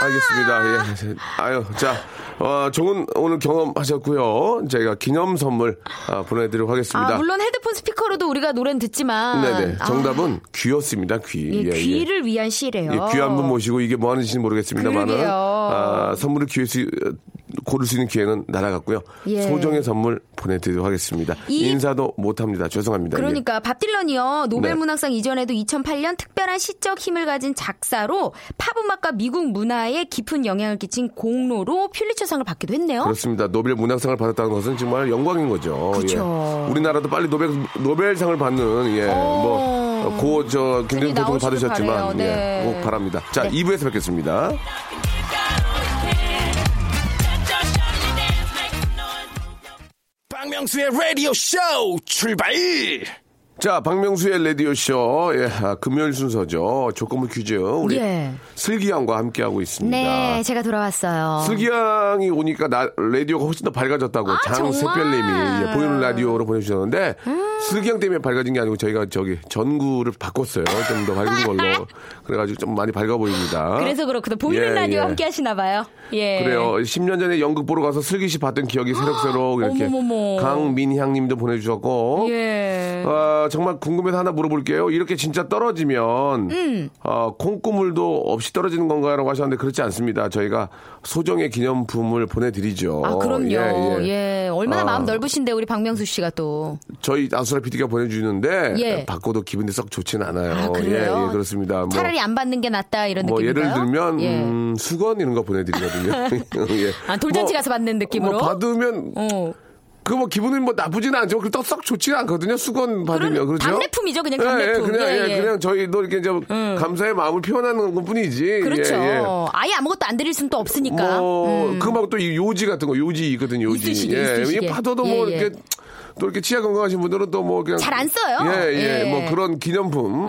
S2: 알겠습니다. 예. 아유, 자, 어, 좋은 오늘 경험하셨고요. 저희가 기념 선물 아, 보내드리도록 하겠습니다.
S6: 아, 물론 헤드폰 스피커로도 우리가 노래는 듣지만.
S2: 네네.
S6: 아,
S2: 정답은 귀였습니다. 귀. 예,
S6: 예,
S2: 예.
S6: 귀를 위한 시래요.
S2: 예, 귀한 분 모시고 이게 뭐 하는지 모르겠습니다만은
S6: 그러게요.
S2: 아, 선물을 기회 수, 고를 수 있는 기회는 날아갔고요.
S6: 예.
S2: 소정의 선물 보내드리도록 하겠습니다.
S6: 이-
S2: 인사도 못합니다. 죄송합니다. 예.
S6: 그러니까 밥 딜런이요 노벨
S2: 네.
S6: 문학상 이전에도 2008년 특별한 시적 힘을 가진 작사로 팝 음악과 미국 문화에 깊은 영향을 끼친 공로로 퓰리처상을 받기도
S2: 예.
S6: 했네요.
S2: 그렇습니다. 노벨 문학상을 받았다는 것은 정말 영광인 거죠.
S6: 그쵸.
S2: 예. 우리나라도 빨리 노벨 노벨상을 받는 예.
S6: 오.
S2: 뭐고저 김대중
S6: 분이
S2: 대통령
S6: 어. 나오시길
S2: 받으셨지만
S6: 바래요.
S2: 예.
S6: 네.
S2: 꼭 바랍니다. 자,
S6: 네.
S2: 2부에서 뵙겠습니다.
S1: 박명수의 라디오 쇼 출발!
S2: 자, 박명수의 라디오쇼, 예, 아, 금요일 순서죠. 조건부 퀴즈. 우리
S6: 예.
S2: 슬기양과 함께하고 있습니다.
S6: 네, 제가 돌아왔어요.
S2: 슬기양이 오니까 나, 라디오가 훨씬 더 밝아졌다고
S6: 아,
S2: 장샛별님이
S6: 정말? 음.
S2: 예, 보이는 라디오로 보내주셨는데 슬기양 때문에 밝아진 게 아니고 저희가 저기 전구를 바꿨어요. 좀 더 밝은 걸로. 그래가지고 좀 많이 밝아 보입니다.
S6: 아. 그래서 그렇구나. 보이는
S2: 예,
S6: 라디오
S2: 예.
S6: 함께 하시나 봐요. 예.
S2: 그래요. 10년 전에 연극 보러 가서 슬기 씨 봤던 기억이 새록새록 이렇게
S6: 아, 어머머머.
S2: 강민향님도 보내주셨고
S6: 예.
S2: 아, 정말 궁금해서 하나 물어볼게요. 이렇게 진짜 떨어지면
S6: 음.
S2: 어, 콩고물도 없이 떨어지는 건가요라고 하셨는데 그렇지 않습니다. 저희가 소정의 기념품을 보내드리죠.
S6: 아, 그럼요. 예, 얼마나
S2: 아,
S6: 마음 넓으신데, 우리 박명수 씨가 또.
S2: 저희 아수라 PD가 보내주는데
S6: 예.
S2: 받고도 기분이 썩 좋진 않아요.
S6: 아, 그래요?
S2: 예, 예, 그렇습니다. 뭐,
S6: 차라리 안 받는 게 낫다, 이런
S2: 뭐
S6: 느낌인가요?
S2: 예를 들면
S6: 예.
S2: 음, 수건 이런 거 보내드리거든요. 예.
S6: 아, 돌잔치 가서 받는 느낌으로?
S2: 뭐 받으면
S6: 어.
S2: 그 뭐 기분이 뭐 나쁘지는 않지만 그렇떡썩 좋지는 않거든요. 수건 받으면
S6: 그런
S2: 그렇죠.
S6: 답례품이죠, 그냥
S2: 예,
S6: 답례품.
S2: 예, 그냥
S6: 예,
S2: 예,
S6: 예.
S2: 그냥 저희도 이렇게 이제 감사의 마음을 표현하는 것뿐이지.
S6: 그렇죠.
S2: 예, 예.
S6: 아예 아무것도 안 드릴 수는 또 없으니까. 음.
S2: 뭐 그거하고 또이 요지 같은 거 요지 있거든요. 요지.
S6: 있으시게, 있으시게.
S2: 이 파도도 뭐
S6: 예, 예.
S2: 이렇게 또 이렇게 치아 건강하신 분들은 또 뭐 그냥
S6: 잘안 써요.
S2: 예, 예,
S6: 예. 음.
S2: 뭐 그런 기념품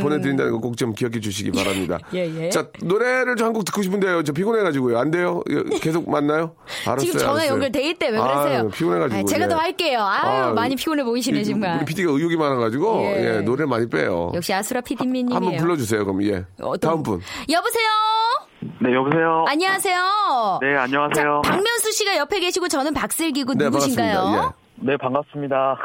S2: 보내드린다는 거 꼭 좀 기억해 주시기 바랍니다.
S6: 예, 예.
S2: 자 노래를 저 한 곡 듣고 싶은데요. 저 피곤해가지고요. 안 돼요? 예, 계속 만나요? 알았어요.
S6: 지금 전화
S2: 알았어요.
S6: 연결돼 있대 왜 그러세요?
S2: 아유, 피곤해가지고.
S6: 아, 제가
S2: 예.
S6: 더 할게요. 아유
S2: 아,
S6: 많이 피곤해 보이시네
S2: 이-
S6: 정말.
S2: 우리 PD가 의욕이 많아가지고
S6: 예.
S2: 예, 노래를 많이 빼요.
S6: 역시 아수라 PD님이에요.
S2: 한번 불러주세요. 그럼 예. 다음 분.
S6: 여보세요.
S3: 네, 여보세요.
S6: 안녕하세요.
S3: 네, 안녕하세요.
S6: 자, 박명수 씨가 옆에 계시고 저는 박슬기고
S2: 네
S6: 어, 누구신가요?
S2: 반갑습니다.
S8: 네, 반갑습니다.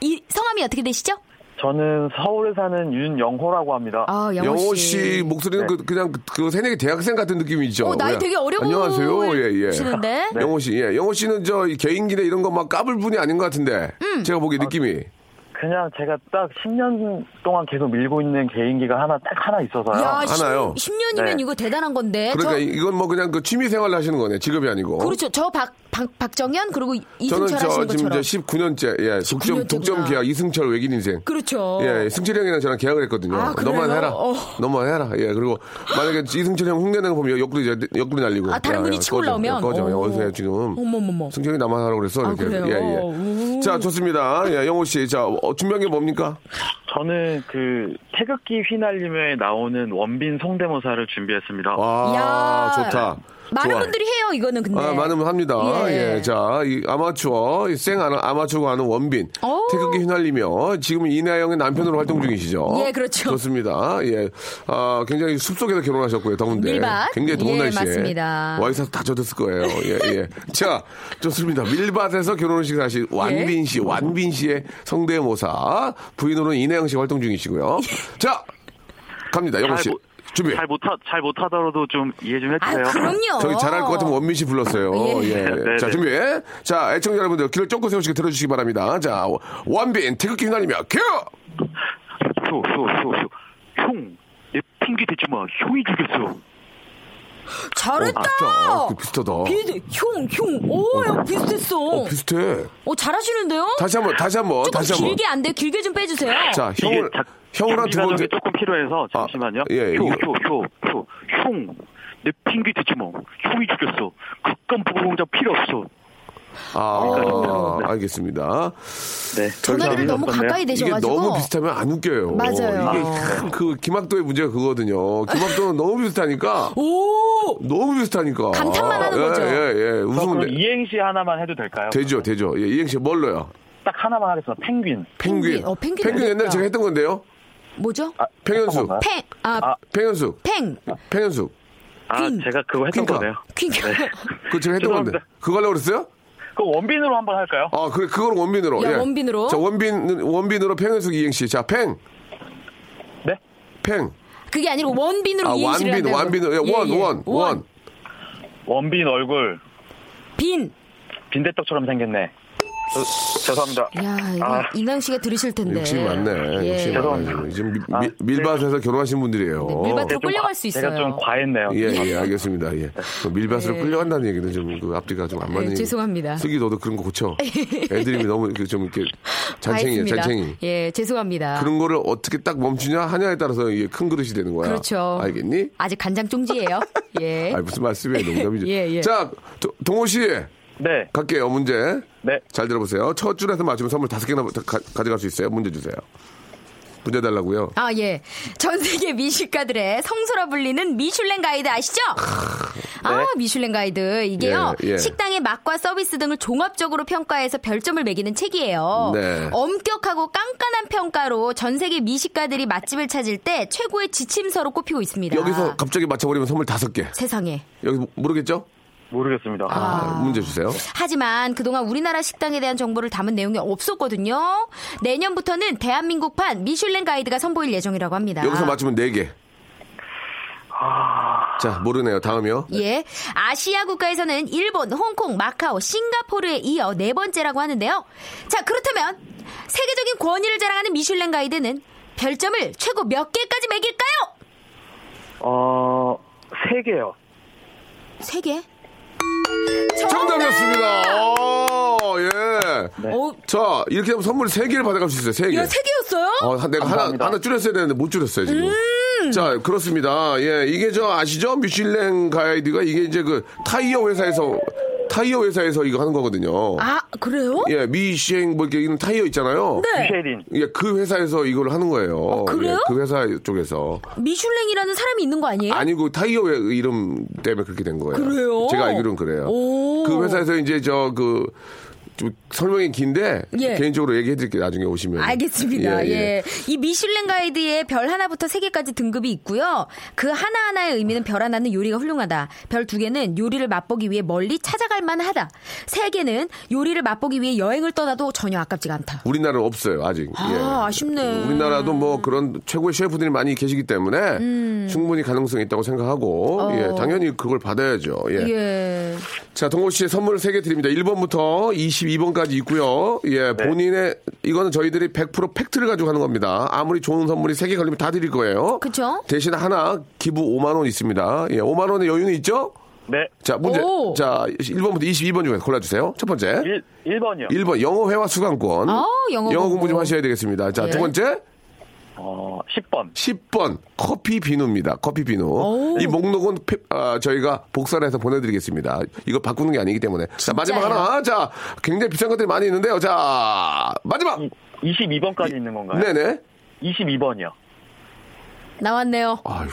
S6: 이 성함이 어떻게 되시죠?
S8: 저는 서울에 사는 윤영호라고 합니다.
S6: 아
S2: 예.
S6: 영호 씨.
S2: 영호 씨 목소리는
S8: 네.
S2: 그, 그냥 그- 그 새내기 대학생 같은 느낌이 있죠.
S6: 어, 나이
S2: 예.
S6: 되게 어려
S2: 안녕하세요. 예, 예.
S6: 보이시는데. 음.
S2: 영호 씨, 예. 영호 씨는 저이 개인기나 이런 거 막 까불 분이 아닌 것 같은데 제가 보기에 느낌이
S8: 그냥 제가 딱 10년 동안 계속 밀고 있는 개인기가 하나 딱 하나 있어서요.
S6: 야,
S2: 하나요?
S6: 10, 년이면
S8: 네.
S6: 이거 대단한 건데.
S2: 그러니까
S6: 저,
S2: 이건 뭐 그냥 그 취미 생활을 하시는 거네. 직업이 아니고.
S6: 그렇죠. 저 박, 박, 박정현, 그리고 이승철
S2: 저는 저
S6: 하시는
S2: 지금
S6: 것처럼.
S2: 이제 19년째 예 독점
S6: 19년째구나.
S2: 독점 계약 이승철 외길 인생
S6: 그렇죠.
S2: 예 승철 형이랑 저랑 계약을 했거든요.
S6: 아, 그래요?
S2: 너만 해라.
S6: 어.
S2: 너만 해라. 예 그리고 만약에 이승철 형 흉내내는 거 보면 옆구리 이제 옆구리 날리고
S6: 아, 다른 분이 치고
S2: 예, 꺼져,
S6: 올라오면?
S2: 야, 꺼져. 야,
S6: 오.
S2: 어디서 해, 지금
S6: 어머머머.
S2: 승철이 나만 하라고 그랬어
S6: 아,
S2: 이렇게
S6: 그래요? 음.
S2: 예, 예. 자 좋습니다. 예, 영호 씨자 어, 준비한 게 뭡니까?
S8: 저는 그 태극기 휘날림에 나오는 원빈 성대모사를 준비했습니다.
S2: 와
S6: 야.
S2: 아, 좋다.
S6: 많은
S2: 좋아.
S6: 분들이 해요, 이거는 근데.
S2: 아, 많으면 합니다. 예.
S6: 예.
S2: 자, 이 아마추어, 이생 아마- 아마추어가 하는 원빈.
S6: 오.
S2: 태극기 휘날리며 지금 이나영의 남편으로 활동 중이시죠.
S6: 예, 그렇죠.
S2: 좋습니다. 예. 아, 굉장히 숲속에서 결혼하셨고요, 더운데.
S6: 밀밭.
S2: 굉장히 더운
S6: 예,
S2: 날씨에.
S6: 맞습니다.
S2: 와이셔츠 다 젖었을 거예요. 예, 예. 자, 좋습니다. 밀밭에서 결혼식을
S6: 예.
S2: 하신 완빈 씨, 완빈 씨의 성대모사. 부인으로는 이나영 씨 활동 중이시고요.
S6: 예.
S2: 자, 갑니다. 영호 씨.
S8: 잘 못-
S2: 준비.
S8: 잘 못하 잘 못하더라도 좀 이해 좀
S6: 아,
S8: 해주세요.
S6: 그럼요.
S2: 저기 잘할 것 같으면 원민 씨 불렀어요.
S6: 예.
S2: 예.
S8: 네,
S2: 자,
S8: 네.
S2: 준비. 자, 애청자 여러분들 귀를 쫑긋 세우시고 들어주시기 바랍니다. 자, 원빈 태극기 휘날리며 큐!
S8: 쇼쇼쇼쇼 형. 내 풍기 대지 마. 형이 죽였어.
S6: 잘했다.
S2: 비슷하다. 어, 그 비슷하다.
S6: 비드, 형, 형. 오, 야, 비슷했어.
S2: 어, 비슷해.
S6: 어, 잘하시는데요?
S2: 다시 한 번, 다시 한 번,
S6: 조금
S2: 다시 한 번.
S6: 길게 안 돼. 길게 좀 빼주세요.
S2: 자,
S8: 이게
S2: 아, 형을,
S8: 작-
S2: 형을 한두
S8: 장비
S2: 번.
S8: 과정이 조금 필요해서 잠시만요.
S2: 예, 이거-
S8: 효, 효, 효, 효, 형. 내 핑계 대지 마. 형이 죽였어. 극감 부공장 필요 없어.
S2: 아, 알겠습니다.
S8: 네.
S6: 전화기를 너무 가까이
S2: 이게
S6: 대셔가지고.
S2: 너무 비슷하면 안 웃겨요.
S6: 네, 맞아요.
S2: 이게 참 그, 김학도의 문제가 그거거든요. 김학도는 너무 비슷하니까.
S6: 오!
S2: 너무 비슷하니까.
S6: 감탄만 하는
S2: 예,
S6: 거죠.
S2: 예, 예.
S8: 그럼
S2: 웃으면 돼.
S8: 이행시 하나만 해도 될까요?
S2: 되죠, 되죠. 예, 이행 씨 뭘로요?
S8: 딱 하나만 하겠습니다. 펭귄.
S2: 펭귄.
S6: 펭귄. 어, 펭귄
S2: 옛날에
S6: 어렵다.
S2: 제가 했던 건데요.
S6: 뭐죠?
S8: 아,
S2: 펭연수.
S8: 잠깐만요.
S6: 팽, 아,
S2: 팽현수.
S6: 팽.
S2: 팽현수.
S8: 아,
S6: 퀸.
S8: 제가 그거 했던
S2: 퀸가.
S8: 거네요.
S6: 그니까.
S2: 그 제가 했던 건데.
S8: 죄송합니다.
S2: 그거 하려고 그랬어요?
S8: 그 원빈으로 한번 할까요?
S2: 아, 그래. 그걸 원빈으로.
S6: 야,
S2: 예.
S6: 원빈으로.
S2: 자, 원빈, 원빈으로 팽현수 이행시. 자, 팽.
S8: 네?
S2: 팽.
S6: 그게 아니고 원빈으로
S2: 아,
S6: 이행시를
S2: 완빈,
S6: 한다고.
S2: 완빈으로. 예, 원,
S6: 예, 예.
S2: 원, 원.
S8: 원빈 얼굴
S6: 빈.
S8: 빈대떡처럼 생겼네. 저- 죄송합니다.
S6: 야, 이거
S8: 아.
S6: 인왕 씨가 들으실 텐데.
S2: 욕심이 많네.
S6: 네. 예.
S2: 욕심이 많아요.
S8: 죄송합니다.
S2: 지금 미-
S8: 아,
S2: 미- 밀밭에서 결혼하신 분들이에요.
S6: 네, 밀밭으로
S8: 제가 좀
S6: 끌려갈
S8: 과-
S6: 수
S8: 제가
S6: 있어요.
S8: 좀 아, 과했네요.
S2: 어. 예, 예, 알겠습니다. 예. 그 밀밭으로 끌려간다는 얘기는 좀 그 앞뒤가 좀 안 맞는. 얘기.
S6: 네. 죄송합니다.
S2: 슬기 너도 그런 거 고쳐. 애드립이 너무 이렇게 좀 이렇게 잔챙이야,
S6: 과했습니다.
S2: 잔챙이.
S6: 예, 죄송합니다.
S2: 그런 거를 어떻게 딱 멈추냐 하냐에 따라서 이게 큰 그릇이 되는 거야.
S6: 그렇죠.
S2: 알겠니?
S6: 아직 간장 쫑지예요. 예.
S2: 아니, 무슨 말씀이에요, 농담이죠.
S6: 예, 예.
S2: 자, 도- 동호 씨
S8: 네,
S2: 갈게요. 문제
S8: 네.
S2: 잘 들어보세요. 첫 줄에서 맞추면 선물 다섯 개나 가, 져갈수 있어요. 문제 주세요. 문제 달라고요.
S6: 아, 예. 전 세계 미식가들의 성소라 불리는 미슐랭 가이드 아시죠? 아, 미슐랭 가이드. 이게요.
S2: 네. 예, 예.
S6: 식당의 맛과 서비스 등을 종합적으로 평가해서 별점을 매기는 책이에요.
S2: 네.
S6: 엄격하고 깐깐한 평가로 전 세계 미식가들이 맛집을 찾을 때 최고의 지침서로 꼽히고 있습니다.
S2: 여기서 갑자기 맞춰버리면 선물 다섯 개.
S6: 세상에.
S2: 여기 뭐, 모르겠죠?
S8: 모르겠습니다.
S2: 아, 문제 주세요.
S6: 하지만 그동안 우리나라 식당에 대한 정보를 담은 내용이 없었거든요. 내년부터는 대한민국판 미슐랭 가이드가 선보일 예정이라고 합니다.
S2: 여기서 맞추면 네 개. 자, 모르네요. 다음이요.
S6: 예. 아시아 국가에서는 일본, 홍콩, 마카오, 싱가포르에 이어 네 번째라고 하는데요. 자, 그렇다면 세계적인 권위를 자랑하는 미슐랭 가이드는 별점을 최고 몇 개까지 매길까요?
S8: 어, 세 개요.
S6: 세 개? 네,
S2: 정답이었습니다. 오, 예.
S6: 어,
S2: 자, 이렇게 하면 선물 세개를 받아갈 수 있어요. 세개
S6: 야, 세 개였어요?
S2: 어, 한- 내가 하나,
S8: 감사합니다.
S2: 하나 줄였어야 되는데 못 줄였어요, 지금.
S6: 음.
S2: 자, 그렇습니다. 예, 이게 저 아시죠? 뮤슐랭 가이드가 이게 이제 그 타이어 회사에서, 타이어 회사에서 이거 하는 거거든요.
S6: 아, 그래요?
S2: 예, 미시행 뭐 이렇게 있는 타이어 있잖아요.
S6: 네. 아,
S8: 쉐린.
S2: 예, 그 회사에서 이걸 하는 거예요.
S6: 그래요?
S2: 예, 그 회사 쪽에서.
S6: 미슐랭이라는 사람이 있는 거 아니에요?
S2: 아니고 그 타이어 회- 이름 때문에 그렇게 된 거예요.
S6: 예? 그래요?
S2: 제가 알기로는 그래요.
S6: 오.
S2: 그 회사에서 이제 저 그, 좀 설명이 긴데
S6: 예.
S2: 개인적으로 얘기해 드릴게요 나중에 오시면
S6: 알겠습니다. 예, 이 미슐랭 가이드에 별 하나부터 세 개까지 등급이 있고요. 그 하나하나의 의미는 별 하나는 요리가 훌륭하다. 별 두 개는 요리를 맛보기 위해 멀리 찾아갈 만하다. 세 개는 요리를 맛보기 위해 여행을 떠나도 전혀 아깝지가 않다.
S2: 우리나라는 없어요 아직.
S6: 아, 아쉽네.
S2: 예. 우리나라도 뭐 그런 최고의 셰프들이 많이 계시기 때문에
S6: 음.
S2: 충분히 가능성이 있다고 생각하고
S6: 어.
S2: 예, 당연히 그걸 받아야죠. 예.
S6: 예.
S2: 자 동호 씨 선물 세 개 드립니다. 1번부터 32번까지 있고요. 예, 본인의 이거는 저희들이 100% 팩트를 가지고 하는 겁니다. 아무리 좋은 선물이 3개 걸리면 다 드릴 거예요.
S6: 그쵸?
S2: 대신 하나 기부 5만 원 있습니다. 예, 5만 원의 여유는 있죠?
S8: 네.
S2: 자, 문제.
S7: 오.
S2: 자, 1번부터 22번 중에 골라 주세요. 첫 번째.
S8: 1, 1번이요.
S2: 1번 영어 회화 수강권.
S6: 아, 영어 공부.
S2: 공부 좀 하셔야 되겠습니다. 자,
S6: 예.
S2: 두 번째.
S8: 어, 10번.
S2: 10번 커피 비누입니다. 커피 비누. 이 목록은 페- 아, 저희가 복사를 해서 보내드리겠습니다. 이거 바꾸는 게 아니기 때문에. 자 마지막
S6: 진짜예요?
S2: 하나. 자 굉장히 비싼 것들이 많이 있는데요. 자 마지막.
S8: 네. 22번까지 있는 건가요?
S2: 네네.
S8: 22번이요.
S6: 나왔네요.
S2: 아유.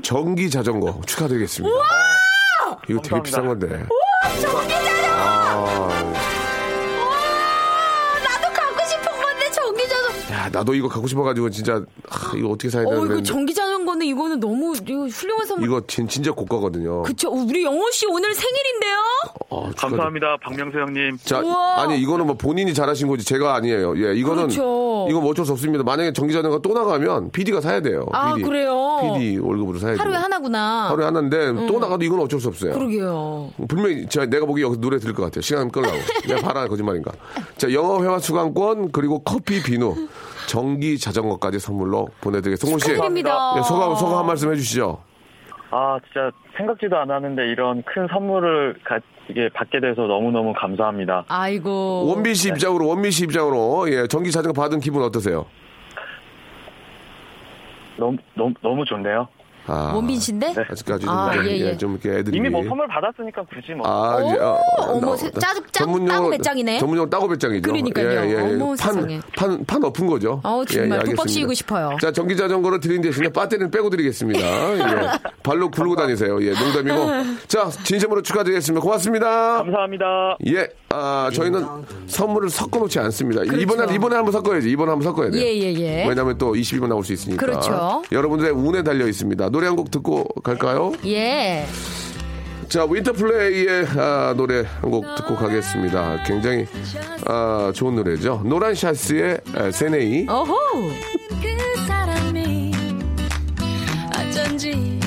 S2: 전기 자전거 축하드리겠습니다. 아, 이거 되게
S8: 감사합니다.
S2: 비싼 건데.
S6: 나도 갖고 싶은 건데 전기 자전거.
S2: 야 나도 이거 갖고 싶어가지고 진짜 아, 이거 어떻게 사야
S7: 어,
S2: 되는데.
S7: 이거 전기 자전거는 이거는 너무 이거 훌륭한 선물.
S2: 이거 진, 진짜 고가거든요.
S7: 그쵸? 우리 영호 씨 오늘 생일인데요?
S2: 어, 축하드립니다.
S8: 감사합니다, 박명수 형님.
S2: 자,
S7: 우와.
S2: 아니 이거는 뭐 본인이 잘하신 거지 제가 아니에요. 예, 이거는
S7: 그렇죠.
S2: 이건 뭐 어쩔 수 없습니다. 만약에 전기자전거 또 나가면 PD가 사야 돼요.
S7: 아,
S2: PD.
S7: 그래요? 음.
S2: PD 월급으로 사야 돼요.
S6: 하루에 하나구나.
S2: 네. 하루에 하나인데 또 나가도 이건 어쩔 수 없어요.
S7: 그러게요.
S2: 분명히 제가 내가 보기 여기서 노래 들을 것 같아요. 시간 끌라고. 내가 봐라 거짓말인가. 자, 영어 회화 수강권 그리고 커피 비누, 전기 자전거까지 선물로 보내드리겠습니다. 송호 씨,
S6: 축하드립니다.
S2: 예, 소감 소감 한 말씀 해주시죠.
S8: 아, 진짜 생각지도 않았는데 이런 큰 선물을 가, 이게 받게 돼서 너무너무 감사합니다.
S7: 아이고.
S2: 원빈 씨 입장으로 원빈 씨 입장으로 예, 전기 자전거 받은 기분 어떠세요?
S8: 너무, 너무, 너무 좋네요.
S2: 아,
S7: 원빈 씨인데?
S2: 아직까지 좀,
S7: 아,
S2: 좀,
S7: 예,
S2: 예,
S7: 예.
S2: 좀 이렇게 애들이
S8: 이미 뭐 선물 받았으니까 굳이 뭐.
S2: 아, 이제 어,
S6: 어머,
S2: 나-
S6: 세-
S2: 나-
S6: 짜증- 짜- 따고 배짱이네.
S2: 전문용 따고 배짱이죠. 예,
S7: 그러니까요. 어머, 세상에.
S2: 판판 엎은 거죠. 예,
S7: 아우, 정말
S2: 알겠습니다.
S7: 독박 씌우고 싶어요.
S2: 자 전기 자전거를 드린 대신에 배터리는 빼고 드리겠습니다. 예. 발로 굴르고 다니세요. 예, 농담이고. 자 진심으로 축하드리겠습니다. 고맙습니다.
S8: 감사합니다.
S2: 예, 아 저희는 선물을 섞어 놓지 않습니다. 이번에 이번에 한번 섞어야지. 이번에 한번 섞어야 돼요.
S7: 그렇죠. 예, 예, 예.
S2: 왜냐하면 또 22번 나올 수 있으니까.
S7: 그렇죠.
S2: 여러분들의 운에 달려 있습니다. 노래 한 곡 듣고 갈까요?
S7: 예.
S2: 자, 윈터플레이의 아, 노래 한 곡 듣고 가겠습니다. 굉장히 아, 좋은 노래죠. 노란 샤스의 아, 세네이.
S7: 어호.
S9: 그 사람이 어쩐지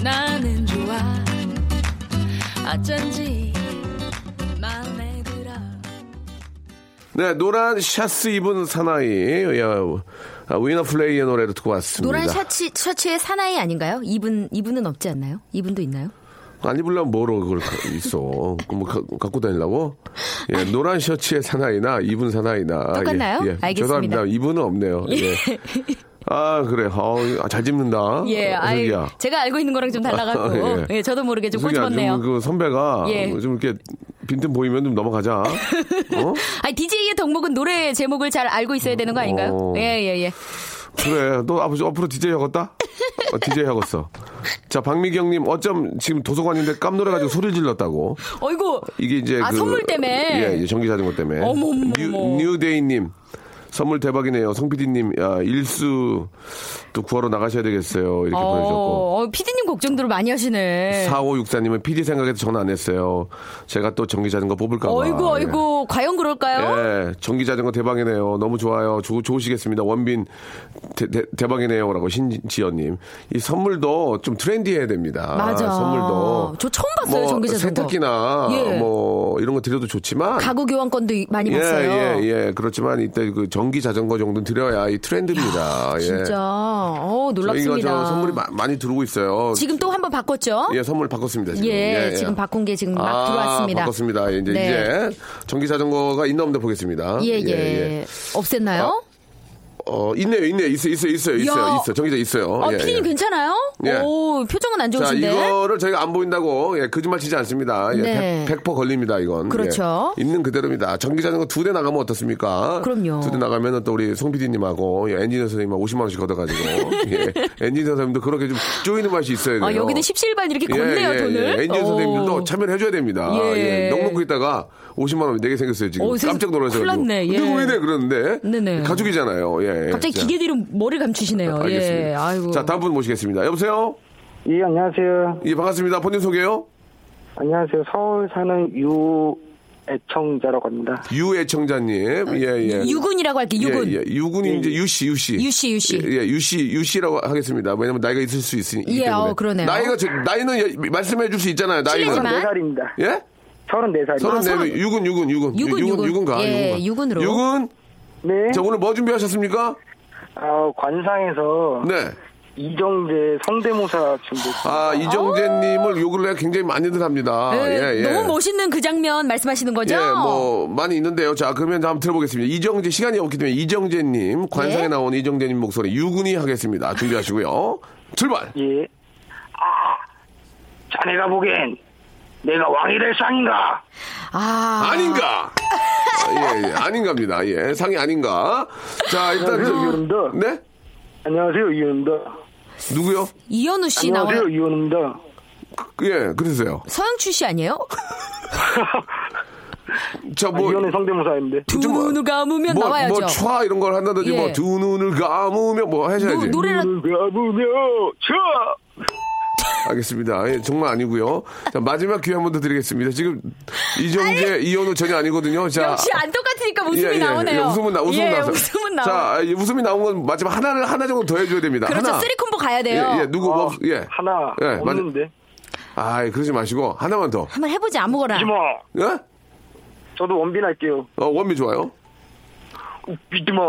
S9: 나는 좋아 어쩐지 마음에 들어
S2: 네, 노란 샤스 입은 사나이. 야, 아, 윈터플레이의 노래를 듣고 왔습니다.
S6: 노란 셔츠, 셔츠의 사나이 아닌가요? 이분, 이분은 없지 않나요? 이분도 있나요?
S2: 안 입으려면 뭐로 그걸 가- 있어. 그럼 뭐 가- 갖고 다니려고? 예, 노란 셔츠의 사나이나 입은 사나이나.
S6: 똑같나요?
S2: 예, 예.
S6: 알겠습니다.
S2: 죄송합니다. 입은은 없네요. 예. 아, 그래. 아, 잘 집는다.
S7: 예,
S2: 어,
S7: 아이,
S2: 슬기야.
S7: 제가 알고 있는 거랑 좀 달라갖고.
S2: 예.
S7: 예, 저도 모르게 좀
S2: 솔직히 아주
S7: 꼬집었네요.
S2: 그 선배가
S7: 예.
S2: 좀 이렇게 빈틈 보이면 좀 넘어가자. 어?
S7: 아니, DJ의 덕목은 노래 제목을 잘 알고 있어야 되는 거 아닌가요?
S2: 어.
S7: 예, 예, 예.
S2: 그래. 너 앞으로, 앞으로 DJ 하겠다? 어, DJ 하겠어. 자, 박미경님, 어쩜 지금 도서관인데 깜놀해가지고 소리를 질렀다고.
S7: 어이구.
S2: 이게 이제.
S7: 아,
S2: 그,
S7: 선물 때문에?
S2: 예, 예, 전기 자전거 때문에.
S7: 어머머머.
S2: 뉴, 뉴데이님. 선물 대박이네요. 성PD님, 아, 일수 또 구하러 나가셔야 되겠어요. 이렇게 보내주셨고.
S7: 어, 어, 피디님 걱정들을 많이 하시네.
S2: 4564님은 PD 생각해서 전화 안 했어요. 제가 또 전기 자전거 뽑을까봐.
S7: 어이구, 어이구. 과연 그럴까요?
S2: 예, 전기 자전거 대박이네요. 너무 좋아요. 좋, 좋으시겠습니다. 원빈 대, 박이네요라고 신지연님. 이 선물도 좀 트렌디해야 됩니다.
S7: 맞아.
S2: 선물도.
S7: 저 처음 봤어요,
S2: 뭐
S7: 전기 자전거.
S2: 세탁기나
S7: 예.
S2: 뭐 이런 거 드려도 좋지만.
S7: 가구 교환권도 이- 많이
S2: 예,
S7: 봤어요.
S2: 예, 예. 그렇지만 이때 그 전기 자전거 정도는 드려야 이 트렌드입니다. 예.
S7: 진짜. 어,
S2: 저희가
S7: 놀랍습니다.
S2: 저 선물이 마- 많이 들어오고 있어요.
S7: 지금 또 한번 바꿨죠?
S2: 예, 선물 바꿨습니다. 지금.
S7: 예, 지금 바꾼 게 지금 막
S2: 아,
S7: 들어왔습니다.
S2: 바꿨습니다. 예, 이제,
S7: 네.
S2: 이제 전기 자전거가 있나 없나 보겠습니다.
S7: 예, 예. 없앴나요?
S2: 어, 어, 있네요, 있네요. 있어, 있어, 있어요,
S7: 야.
S2: 있어요, 있어. 정기자 있어요.
S7: 어,
S2: 예,
S7: 피디님
S2: 예.
S7: 괜찮아요?
S2: 예.
S7: 오, 표정은 안
S2: 자,
S7: 좋으신데.
S2: 이거를 저희가 안 보인다고, 예, 거짓말 치지 않습니다. 예,
S7: 네.
S2: 100, 100% 걸립니다, 이건.
S7: 그렇죠.
S2: 예, 있는 그대로입니다. 전기자전거 두 대 나가면 어떻습니까?
S7: 그럼요.
S2: 두 대 나가면 또 우리 송 PD님하고 예, 엔지니어 선생님하고 50만원씩 걷어가지고, 예, 엔지니어 선생님도 그렇게 좀 쪼이는 맛이 있어야 돼요. 예,
S7: 아, 여기는 십시일반 이렇게 건네요, 돈을.
S2: 엔지니어
S7: 오.
S2: 선생님들도 참여를 해줘야 됩니다.
S7: 예.
S2: 예. 넉넉히 있다가 50만 원 내게 생겼어요, 지금.
S7: 어, 세상-
S2: 깜짝 놀라서.
S7: 큰일 났네, 예.
S2: 근데 왜 이래? 그러는데.
S7: 네네.
S2: 가족이잖아요, 예.
S7: 갑자기
S2: 자.
S7: 기계 뒤로 머리를 감추시네요.
S2: 알겠습니다.
S7: 예. 아이고.
S2: 자, 다음 분 모시겠습니다. 여보세요?
S8: 예, 안녕하세요.
S2: 예, 반갑습니다. 본인 소개요?
S8: 안녕하세요. 서울 사는 유 애청자라고 합니다.
S2: 유애청자님. 예, 예.
S7: 아, 유군이라고 할게요, 유군.
S2: 예, 예. 유군이 이제 유씨, 유씨.
S7: 유씨, 유씨.
S2: 예, 예, 유씨, 유씨라고 하겠습니다. 왜냐면 나이가 있을 수 있으니.
S7: 예,
S2: 때문에.
S7: 어, 그러네요.
S2: 나이가, 저- 나이는 예, 말씀해 줄 수 있잖아요, 나이는.
S7: 실례지만. 아,
S8: 살입니다.
S2: 예?
S10: 34살입니다. 아,
S2: 서른 네 명, 육은 육은 육은
S10: 육은, 육은.
S2: 육은 가
S10: 예,
S2: 육은
S10: 육은으로.
S2: 육은
S10: 네.
S2: 자 오늘 뭐 준비하셨습니까?
S10: 아, 관상에서
S2: 네.
S10: 이정재 성대모사 준비했습니다.
S2: 아 이정재님을 요 근래 굉장히 많이들 합니다.
S6: 네,
S2: 예, 예.
S6: 너무 멋있는 그 장면 말씀하시는 거죠?
S2: 예, 뭐 많이 있는데요. 자 그러면 한번 들어보겠습니다. 이정재 시간이 없기 때문에 이정재님 관상에
S6: 네.
S2: 나온 이정재님 목소리 유군이 하겠습니다. 준비하시고요. 출발.
S10: 예. 아, 자네가 보기엔 내가 왕이 될 상인가?
S6: 아.
S2: 아닌가? 아, 예, 예, 아닌가입니다. 예, 상이 아닌가. 자, 일단
S10: 안녕하세요,
S2: 저기-
S10: 이현입니다.
S2: 네?
S10: 안녕하세요, 이현입니다.
S2: 누구요?
S6: 이현우 씨
S10: 안녕하세요,
S6: 나와요.
S10: 이현입니다.
S2: 그- 예, 그러세요.
S6: 서영춘 씨 아니에요?
S2: 자, 뭐,
S10: 아, 이현의 성대모사인데.
S6: 두 눈을 감으면
S2: 뭐,
S6: 나와야죠.
S2: 뭐, 촤 이런 걸 한다든지,
S6: 예.
S2: 뭐, 두 눈을 감으며 뭐 하셔야지.
S6: 노, 래를
S10: 가보며 쳐!
S2: 알겠습니다. 예, 정말 아니고요 자, 마지막 기회 한 번 더 드리겠습니다. 지금, 이정재, 이현우 전혀 아니거든요. 자.
S6: 역시 안 똑같으니까 웃음이
S2: 예, 예,
S6: 나오네요.
S2: 예, 웃음은 나, 웃음은
S6: 예,
S2: 나왔어요.
S6: 웃음은 나와.
S2: 자, 아, 이 웃음이 나온 건 마지막 하나를, 하나 정도 더 해줘야 됩니다.
S6: 그렇죠.
S2: 하나.
S6: 쓰리 콤보 가야 돼요.
S2: 예, 예, 누구, 뭐, 예.
S10: 어, 하나
S2: 예, 맞-
S10: 없는데.
S2: 아, 그러지 마시고, 하나만 더.
S6: 한번 해보지 아무거나.
S10: 믿지 마.
S2: 예?
S10: 저도 원빈 할게요.
S2: 어, 원미 좋아요?
S10: 믿지 마.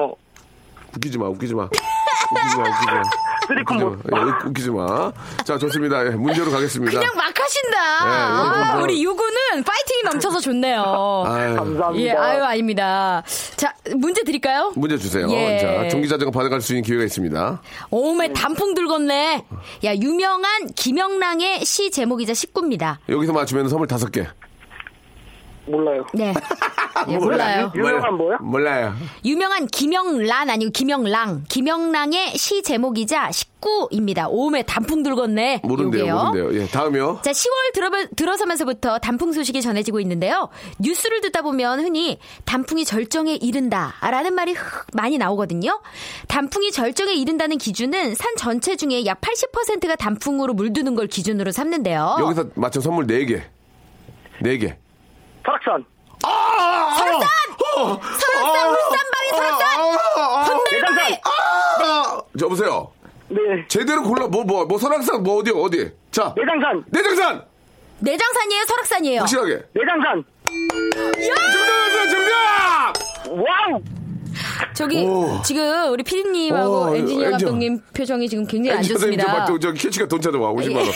S2: 웃기지 마, 웃기지 마. 웃기지 마, 웃기지 마.
S10: 쓰리콤
S2: 웃기지
S10: 뭐.
S2: 마. 예, 웃- 웃기지 마. 자, 좋습니다. 예, 문제로 가겠습니다.
S6: 그냥 막 하신다.
S2: 예, 예,
S6: 아,
S2: 뭐.
S6: 우리 유구는 파이팅이 넘쳐서 좋네요.
S2: 아유,
S10: 감사합니다.
S6: 예, 아유 아닙니다. 자 문제 드릴까요?
S2: 문제 주세요.
S6: 예.
S2: 자, 전기자전거 받아갈 수 있는 기회가 있습니다. 네.
S6: 오메 단풍 들겄네. 야 유명한 김영랑의 시 제목이자 식구입니다.
S2: 여기서 맞추면 선물 다섯 개.
S10: 몰라요.
S6: 네. 예, 네, 몰라요.
S10: 유명한 뭐야?
S2: 몰라요.
S6: 유명한 김영란 아니고 김영랑. 김영랑의 시 제목이자 식구입니다. 오메 단풍 들겄네.
S2: 모른대요,
S6: 요게요.
S2: 모른대요. 예, 다음이요.
S6: 자, 10월 들어, 들어서면서부터 단풍 소식이 전해지고 있는데요. 뉴스를 듣다 보면 흔히 단풍이 절정에 이른다 라는 말이 흑 많이 나오거든요. 단풍이 절정에 이른다는 기준은 산 전체 중에 약 80%가 단풍으로 물드는 걸 기준으로 삼는데요.
S2: 여기서 맞춰 선물 네 개. 네 개.
S10: 설악산.
S6: 아,
S2: 설악산!
S6: 설악산,
S2: 아,
S6: 울산방이 설악산! 어, 아. 네,
S10: 내장산.
S2: 아, 여보세요.
S10: 네.
S2: 제대로 골라, 뭐, 뭐, 뭐, 설악산, 뭐, 어디, 어디. 자.
S10: 내장산.
S6: 어.
S2: 내장산!
S6: 네 내장산이에요, 설악산이에요.
S2: 확실하게.
S10: 내장산.
S2: 정답! 정답!
S10: 와우.
S6: 저기,
S2: 오.
S6: 지금 우리
S2: 오,
S6: 피디님하고 엔지니어
S2: 어. 엔지니어.
S6: 감독님 표정이 지금 굉장히 예, 안 좋습니다. 예.
S2: 저, 저, 캐치가 돈 찾아와, 50만원.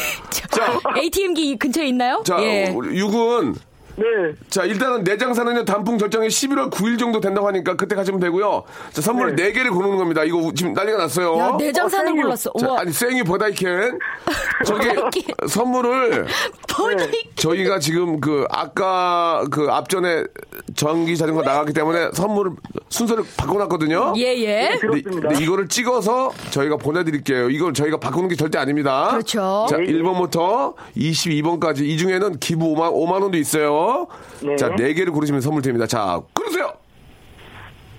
S2: 자,
S6: ATM기 근처에 있나요?
S2: 자, 어,
S6: 예.
S2: 우리 육은,
S10: 네.
S2: 자, 일단은 내장사는요, 단풍 절정이 11월 9일 정도 된다고 하니까 그때 가시면 되고요. 자, 선물 네. 4개를 고르는 겁니다. 이거 지금 난리가 났어요.
S6: 야, 네 내장산을
S10: 어,
S6: 골랐어.
S2: 자,
S6: 우와.
S2: 아니, 생이 버다이켄. 저기, 선물을 네.
S6: 버디.
S2: 저희가 지금 그, 아까 그 앞전에 전기 자전거 나갔기 때문에 선물을, 순서를 바꿔놨거든요.
S6: 예, 예.
S2: 근데, 근데 이거를 찍어서 저희가 보내드릴게요. 이걸 저희가 바꾸는 게 절대 아닙니다.
S6: 그렇죠.
S10: 네.
S2: 자, 1번부터 22번까지 이 중에는 기부 5만, 5만 원도 있어요.
S10: 네.
S2: 자, 4개를 고르시면 선물 드립니다. 자, 그러세요.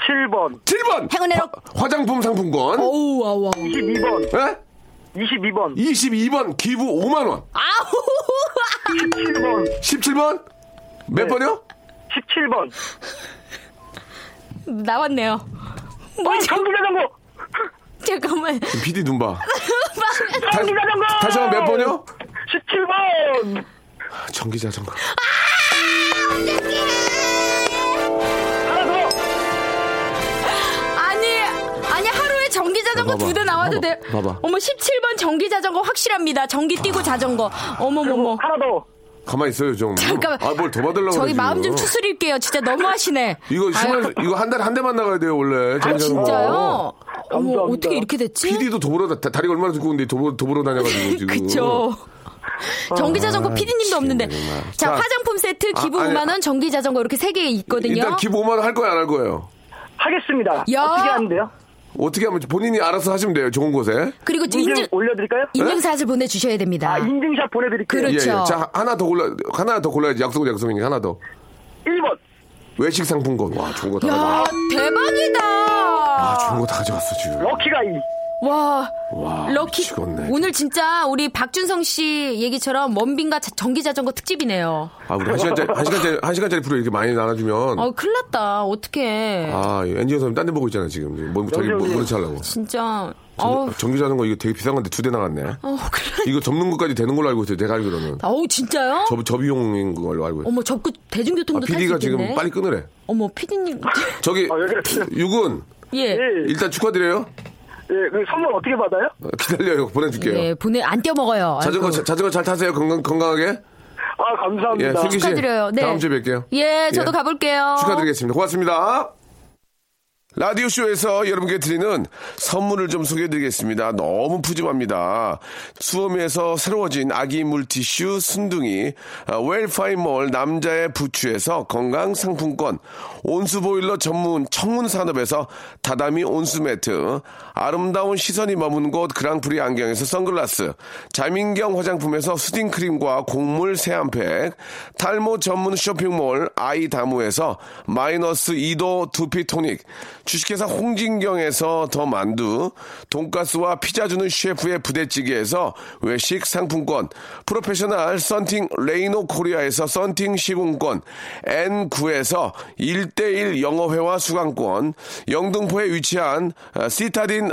S10: 7번.
S2: 7번.
S6: 행운의
S2: 화, 화장품 상품권.
S6: 오우, 와우, 와우.
S10: 22번.
S2: 예?
S10: 22번.
S2: 22번 기부 5만 원.
S6: 아우!
S10: 17번.
S2: 17번? 몇
S6: 네.
S2: 번이요?
S10: 17번.
S6: 나왔네요. 뭐
S10: 어, 전기자전거.
S6: 잠깐만.
S2: PD 눈 봐. 다,
S10: 전기자전거.
S2: 다시 한번 몇 번이요? 아,
S10: 17번.
S2: 전기 자전거.
S10: 하나 더.
S6: 아니, 아니, 하루에 전기자전거
S2: 봐봐,
S6: 두 대
S2: 봐봐,
S6: 나와도 돼.
S2: 봐봐.
S6: 어머, 17번 전기자전거 확실합니다. 전기 뛰고 자전거. 어머머머.
S10: 하나 더.
S2: 가만히 있어요, 좀.
S6: 잠깐만.
S2: 아, 뭘 더 받으려고
S6: 저희
S2: 그래,
S6: 마음 좀
S2: 지금.
S6: 추스릴게요. 진짜 너무하시네.
S2: 이거 심한,
S6: 아유, 그-
S2: 이거 한 달에 한 대만 나가야 돼요, 원래.
S6: 아,
S2: 전기 자전거.
S6: 진짜요? 어머,
S10: 감사합니다.
S6: 어떻게 이렇게 됐지?
S2: PD도 도보로 다, 다리가 얼마나 두꺼운데 도보 도보로 다녀가지고 지금.
S6: 그쵸. 전기자전거
S2: 아,
S6: PD님도 없는데.
S2: 정말.
S6: 자,
S2: 자,
S6: 화장품 세트, 기부
S2: 아, 아니,
S6: 5만원, 전기자전거 이렇게 세 개 있거든요.
S2: 일단 기부 5만 원할 거예요, 안 할 거예요.
S10: 하겠습니다. 아,
S6: 야.
S10: 어떻게 하는데요?
S2: 어떻게 하면 본인이 알아서 하시면 돼요, 좋은 곳에.
S6: 그리고
S10: 인증
S6: 인증,
S10: 올려드릴까요?
S6: 인증샷을 보내주셔야 됩니다.
S10: 아, 인증샷 보내드릴게요.
S6: 그렇죠.
S2: 예, 자 하나 더 골라 하나 더 골라야지 약속은 약속이니 까 하나 더
S10: 1번.
S2: 외식 상품권 와 좋은 거 다 가져.
S6: 야, 아, 대박이다!
S2: 아 좋은 거 다 가져갔어 지금.
S10: 럭키가 이
S6: 와,
S2: 와,
S6: 럭키.
S2: 미치겠네.
S6: 오늘 진짜 우리 박준성 씨 얘기처럼 먼빈과 자- 전기자전거 특집이네요.
S2: 아, 우리 한 시간짜리, 한 시간짜리, 한 시간짜리 프로 이렇게 많이 나눠주면.
S6: 아, 큰일 났다. 어떡해.
S2: 아, 엔지오 선생님 딴 데 보고 있잖아, 지금. 뭐, 자기 뭐, 모른 척 하려고.
S6: 진짜. 어우,
S2: 전- 전기자전거 이거 되게 비싼 건데 두 대 나갔네.
S6: 어우, 큰일 났다.
S2: 이거 접는 것까지 되는 걸로 알고 있어요, 내가 알기로는.
S6: 어우, 아, 진짜요?
S2: 접, 접이용인 걸로 알고 있어요.
S6: 어머, 접고 대중교통도 탈 수
S2: PD가
S6: 있겠네.
S2: 아, 지금 빨리 끊으래.
S6: 어머, 피디님.
S2: 저기,
S10: 어,
S3: 아,
S2: 육은
S3: 네.
S6: 예.
S2: 일단 축하드려요.
S10: 예, 그 선물 어떻게 받아요?
S2: 어, 기다려요. 보내줄게요.
S6: 예, 보내, 안 떼어 먹어요.
S2: 자전거,
S6: 아이고.
S2: 자- 자전거 잘 타세요. 건강, 건강하게.
S10: 아,
S2: 예,
S10: 감사합니다.
S2: 슬기 씨.
S6: 축하드려요. 네.
S2: 다음 주에 뵐게요.
S6: 예, 저도
S2: 예.
S6: 가볼게요.
S2: 축하드리겠습니다. 고맙습니다. 라디오쇼에서 여러분께 드리는 선물을 좀 소개해드리겠습니다. 너무 푸짐합니다. 수험에서 새로워진 아기 물티슈 순둥이, 아, 웰파이몰 남자의 부추에서 건강상품권, 온수보일러 전문 청문산업에서 다다미 온수매트, 아름다운 시선이 머문 곳 그랑프리 안경에서 선글라스, 자민경 화장품에서 수딩크림과 곡물 세안팩, 탈모 전문 쇼핑몰 아이다무에서 마이너스 2도 두피토닉, 주식회사 홍진경에서 더 만두, 돈가스와 피자 주는 셰프의 부대찌개에서 외식 상품권, 프로페셔널 썬팅 레이노 코리아에서 썬팅 시공권, N9에서 1대1 영어회화 수강권, 영등포에 위치한 아, 시타딘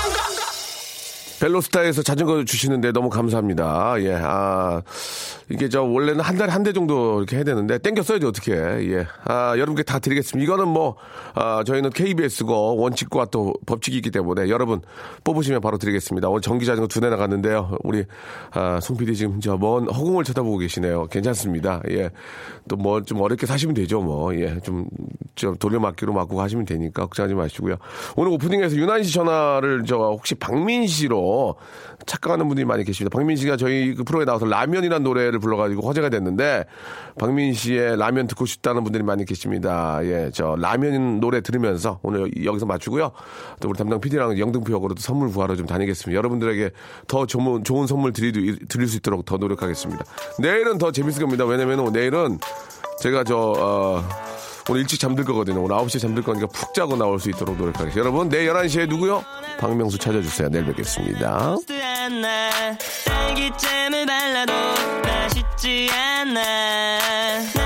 S2: 벨로스타에서 자전거 주시는데 너무 감사합니다. 예, 아, 이게 저 원래는 한 달에 한 대 정도 이렇게 해야 되는데 땡겼어야지 어떻게. 예, 아, 여러분께 다 드리겠습니다. 이거는 뭐, 아, 저희는 KBS고 원칙과 또 법칙이 있기 때문에 여러분 뽑으시면 바로 드리겠습니다. 오늘 전기 자전거 두 대 나갔는데요. 우리, 아, 송 PD 지금 저 먼 허공을 쳐다보고 계시네요. 괜찮습니다. 예, 또 뭐 좀 어렵게 사시면 되죠. 뭐, 예, 좀, 좀 돌려막기로 맞고 하시면 되니까 걱정하지 마시고요. 오늘 오프닝에서 유난 씨 전화를 저 혹시 박민 씨로 착각하는 분들이 많이 계십니다. 박민 씨가 저희 그 프로에 나와서 라면이라는 노래를 불러가지고 화제가 됐는데 박민 씨의 라면 듣고 싶다는 분들이 많이 계십니다. 예, 저 라면 노래 들으면서 오늘 여- 여기서 마치고요. 또 우리 담당 PD랑 영등포역으로 또 선물 구하러 좀 다니겠습니다. 여러분들에게 더 좋은, 좋은 선물 드리, 드릴 수 있도록 더 노력하겠습니다. 내일은 더 재밌을 겁니다. 왜냐면 내일은 제가 저, 어, 오늘 일찍 잠들 거거든요. 오늘 9시에 잠들 거니까 푹 자고 나올 수 있도록 노력하겠습니다. 여러분, 내일 11시에 누구요? 박명수 찾아주세요. 내일 뵙겠습니다.
S11: 안 나. 딸기잼을 발라도 맛있지 않아.